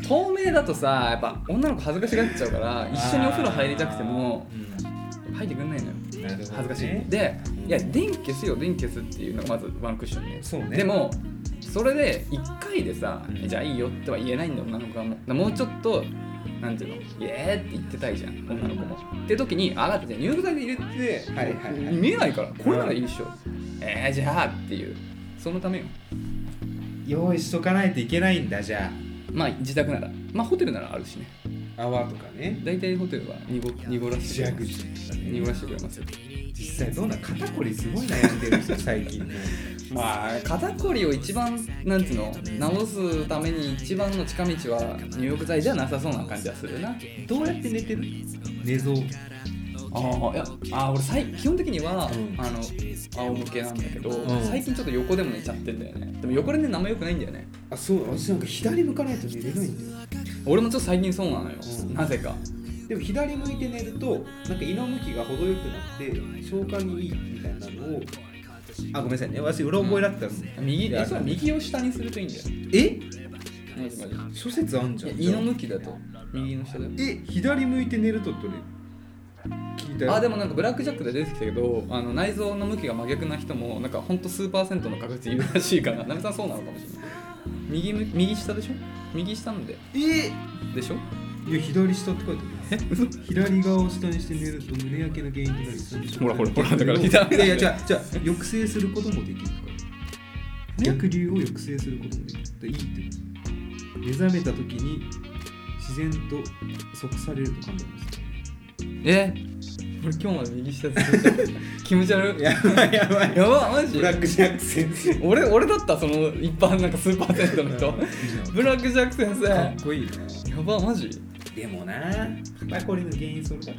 Speaker 1: め
Speaker 2: 透明だとさやっぱ女の子恥ずかしがっちゃうから一緒にお風呂入りたくても入ってくんないのよ
Speaker 1: なるほどね
Speaker 2: 恥ずかしいで
Speaker 1: うん
Speaker 2: いや電気消すよ電気消すっていうのがまずワンクッションで
Speaker 1: そうね
Speaker 2: でもそれで1回でさ
Speaker 1: うん
Speaker 2: えじゃあいいよっては言えないんだ女の子はもうだからもうちょっとなんていうのイエーって言ってたいじゃん女の子もって時にあだって入浴剤で入れて、
Speaker 1: はいはいはい
Speaker 2: 見えないからこれならいいでしょ、えー、じゃあっていうそのためよ
Speaker 1: 用意しとかないといけないんだじゃ
Speaker 2: まあ自宅ならまあホテルならあるしね
Speaker 1: あ泡とかね
Speaker 2: 大体ホテルは濁濁らして
Speaker 1: 仕
Speaker 2: くれ
Speaker 1: 上
Speaker 2: ま
Speaker 1: 口
Speaker 2: す
Speaker 1: とかね
Speaker 2: 濁らしてくれますよ
Speaker 1: 実際どんな肩こりすごい悩んでるんですよ最 近ね
Speaker 2: まあ肩こりを一番なんつうの治すために一番の近道は入浴剤じゃなさそうな感じはするなあ
Speaker 1: どうやって寝てる寝相
Speaker 2: あいやあー俺さい基本的には、
Speaker 1: うん
Speaker 2: あの仰向けなんだけど、
Speaker 1: うん
Speaker 2: 最近ちょっと横でも寝ちゃってんだよねでも横でね名前よくないんだよね
Speaker 1: あそう私なんか左向かないと寝れないんだよ
Speaker 2: 俺もちょっと最近そうなのよ、
Speaker 1: うん
Speaker 2: なぜか
Speaker 1: でも左向いて寝るとなんか胃の向きが程よくなって消化にいいみたいなのをあごめんなさいね私うろ覚えだったんで、
Speaker 2: 右
Speaker 1: いや
Speaker 2: えそう右を下にするといいんだよ
Speaker 1: え
Speaker 2: マジマジ
Speaker 1: 諸説あんじゃん
Speaker 2: いや胃の向きだと右の下だよ
Speaker 1: え左向いて寝るとどれ聞いたよ
Speaker 2: あでもなんかブラックジャックで出てきたけどあの内臓の向きが真逆な人もなんかほんと数パーセントの確率いるらしいからなべさんそうなのかもしれない右む右下でしょ右下なんで
Speaker 1: え
Speaker 2: でしょ
Speaker 1: いや左下って書いてあるえ嘘左側を下にして寝ると胸焼けの原因となりその
Speaker 2: ほらほらほらだから
Speaker 1: いやいや違う
Speaker 2: 左
Speaker 1: 違う抑制することもできるから逆流を抑制することもできるだからいいってこと目覚めた時に自然と即されると考えます
Speaker 2: え俺今日まで右下ずっと 気持ち悪いや
Speaker 1: やばいやばい
Speaker 2: ばマジ
Speaker 1: ブラックジャック先生
Speaker 2: 俺俺だったその一般なんか数パーセント の人ブラックジャック先生
Speaker 1: か
Speaker 2: や
Speaker 1: っこいいな
Speaker 2: ばマジ
Speaker 1: でもなバコリの原因それだ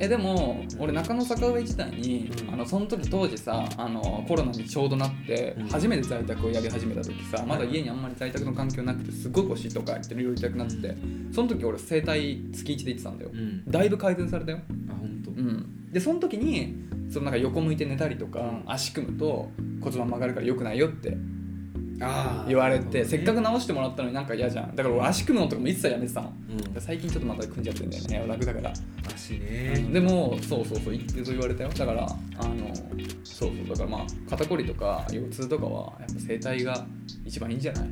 Speaker 2: えでも俺中野坂上時代に、
Speaker 1: うん
Speaker 2: あのその時当時さあのコロナにちょうどなって、
Speaker 1: うん
Speaker 2: 初めて在宅をやり始めた時さまだ家にあんまり在宅の環境なくてすごい腰とかっていろいろ痛くなっててその時俺整体月1で行ってたんだよ
Speaker 1: うん
Speaker 2: だいぶ改善されたよ、
Speaker 1: あ本当。
Speaker 2: うん、でその時にそのなんか横向いて寝たりとか、
Speaker 1: うん
Speaker 2: 足組むと骨盤曲がるから良くないよって
Speaker 1: ああ
Speaker 2: 言われて、せっかく
Speaker 1: な
Speaker 2: 直してもらったのになんか嫌じゃんだから俺足組むのとかも一切やめてたの
Speaker 1: るほどね、
Speaker 2: 最近ちょっとまた組んじゃってんだよね楽だから
Speaker 1: うん、足ね
Speaker 2: でもそうそうそう言ってそう言われたよだからあのそうそうだからまあ肩こりとか腰痛とかはやっぱ整体が一番いいんじゃない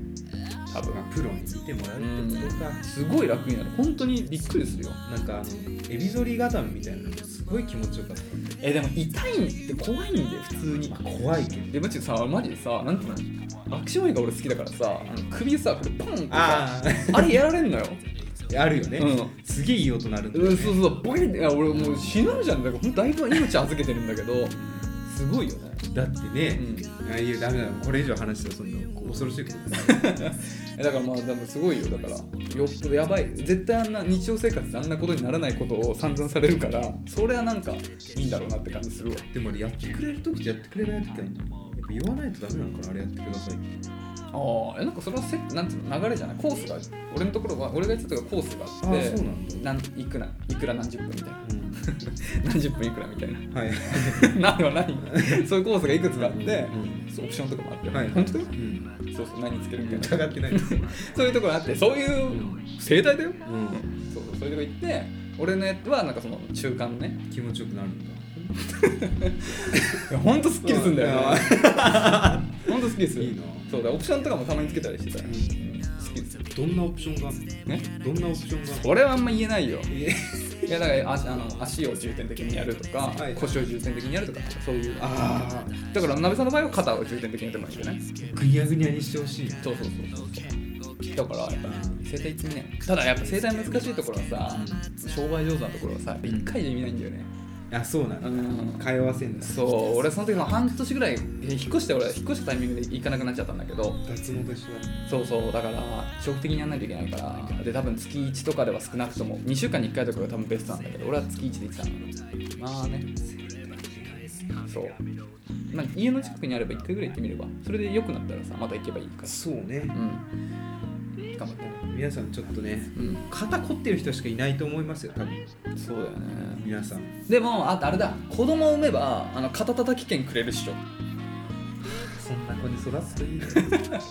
Speaker 2: 多分
Speaker 1: まあプロに見てもらうってことか、
Speaker 2: すごい楽になる本当にびっくりするよ
Speaker 1: なんかあのエビ反り固めみたいなのすごい気持ちよかった
Speaker 2: えでも痛いんって怖いんだよ普通に
Speaker 1: 怖いけど
Speaker 2: でマジでさマジでさなんていうのアクション映画俺好きだからさあの首さこれポンってさ
Speaker 1: あ
Speaker 2: あれやられんのよ
Speaker 1: ああるよね、
Speaker 2: う
Speaker 1: すげえいい音鳴るんだ
Speaker 2: う
Speaker 1: よ、
Speaker 2: ん
Speaker 1: ね
Speaker 2: そうそうボケっていや俺もう死ぬんじゃんだからほんとだいぶ命預けてるんだけどすごいよね、
Speaker 1: だって
Speaker 2: う
Speaker 1: ね、
Speaker 2: ん、
Speaker 1: あいやダメだこれ以上話したらそんな恐ろしいことになる
Speaker 2: えだからまあでもすごいよだからよっやばい絶対あんな日常生活であんなことにならないことを散々されるからそれはなんかいいんだろうなって感じするわ
Speaker 1: でもあれやってくれる時とやってくれない時ってやっぱ言わないとダメなのかなあれやってください って
Speaker 2: ああなんかそれはせなんていうの流れじゃないコースが俺のところは俺が言ってたとこはコースが
Speaker 1: あ
Speaker 2: あっ
Speaker 1: あ
Speaker 2: て
Speaker 1: そうなんだ、
Speaker 2: なんいくらいくら何十分みたい な
Speaker 1: う
Speaker 2: 何十分いくらみた いな
Speaker 1: ん、はい
Speaker 2: 何は 何そういうコースがいくつかあって、
Speaker 1: うん
Speaker 2: そうオプションとかもあって、
Speaker 1: はい
Speaker 2: 本当だよ
Speaker 1: うん
Speaker 2: そうそう何つけるみたいな
Speaker 1: 疑 ってないです、
Speaker 2: そういうところあってそういう盛大だよ
Speaker 1: うん、
Speaker 2: そうそうそういうとこ行って俺のやつはなんかその中間ね
Speaker 1: 気持ちよくなるんだ
Speaker 2: いやほんとすっきりすんだよ、ね、ほんとすっきりする
Speaker 1: いいな
Speaker 2: そうだオプションとかもたまにつけたりしてさ、
Speaker 1: ん
Speaker 2: すっきりする
Speaker 1: どんなオプションがある
Speaker 2: ね
Speaker 1: のどんなオプションがあるの
Speaker 2: それはあんま言えないよ
Speaker 1: え
Speaker 2: いやだからああの足を重点的にやるとか、
Speaker 1: はい
Speaker 2: 腰を重点的にやるとかそういう
Speaker 1: あ
Speaker 2: だから鍋さんの場合は肩を重点的にやってもらってね
Speaker 1: ーぐにゃぐにゃにしてほしい
Speaker 2: そうそうそうそうだからやっぱ整体行ってみねただやっぱ整体難しいところはさ、商売上手なところはさ一回で見ないんだよね
Speaker 1: あそうなん
Speaker 2: う
Speaker 1: だ、
Speaker 2: ん
Speaker 1: 通わせんだ
Speaker 2: そう俺その時の半年ぐらいえ引っ越して俺は引っ越したタイミングで行かなくなっちゃったんだけど
Speaker 1: 脱毛と一緒
Speaker 2: そうそうだから長期的にやらないといけないからで多分月1とかでは少なくとも2週間に1回とかが多分ベストなんだけど俺は月1で行ってたのまあねそう、まあ、家の近くにあれば1回ぐらい行ってみればそれで良くなったらさまた行けばいいか
Speaker 1: だそうね
Speaker 2: らうん頑張って
Speaker 1: 皆さんちょっとね
Speaker 2: う
Speaker 1: 肩凝ってる人しかいないと思いますよ多分
Speaker 2: んそうだよね
Speaker 1: 皆さん
Speaker 2: でもあとあれだ子供を産めばあの肩たたき券くれるっしょ
Speaker 1: そんな子に育つといいね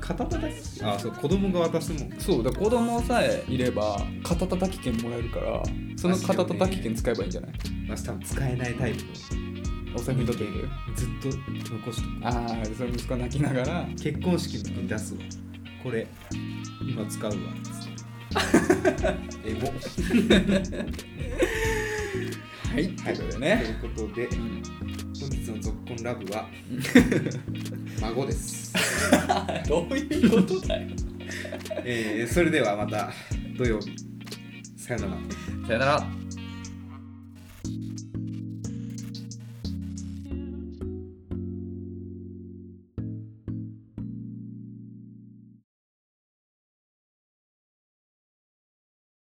Speaker 1: 肩たたきあそう子供が渡すもん
Speaker 2: そうだから子供さえいれば肩たたき券もらえるからその肩たたき券使えばいいんじゃない
Speaker 1: まあ多分使えないタイプの
Speaker 2: お財布にとっている
Speaker 1: ずっと残しとく
Speaker 2: ああそれ息子泣きながら
Speaker 1: 結婚式の時に出すわこれ今使うわ エゴ
Speaker 2: はいということでね、
Speaker 1: ということで
Speaker 2: うん
Speaker 1: 本日の「続婚ラブ」は孫です、
Speaker 2: どういうことだよ
Speaker 1: えーそれではまた土曜日さよなら
Speaker 2: さよなら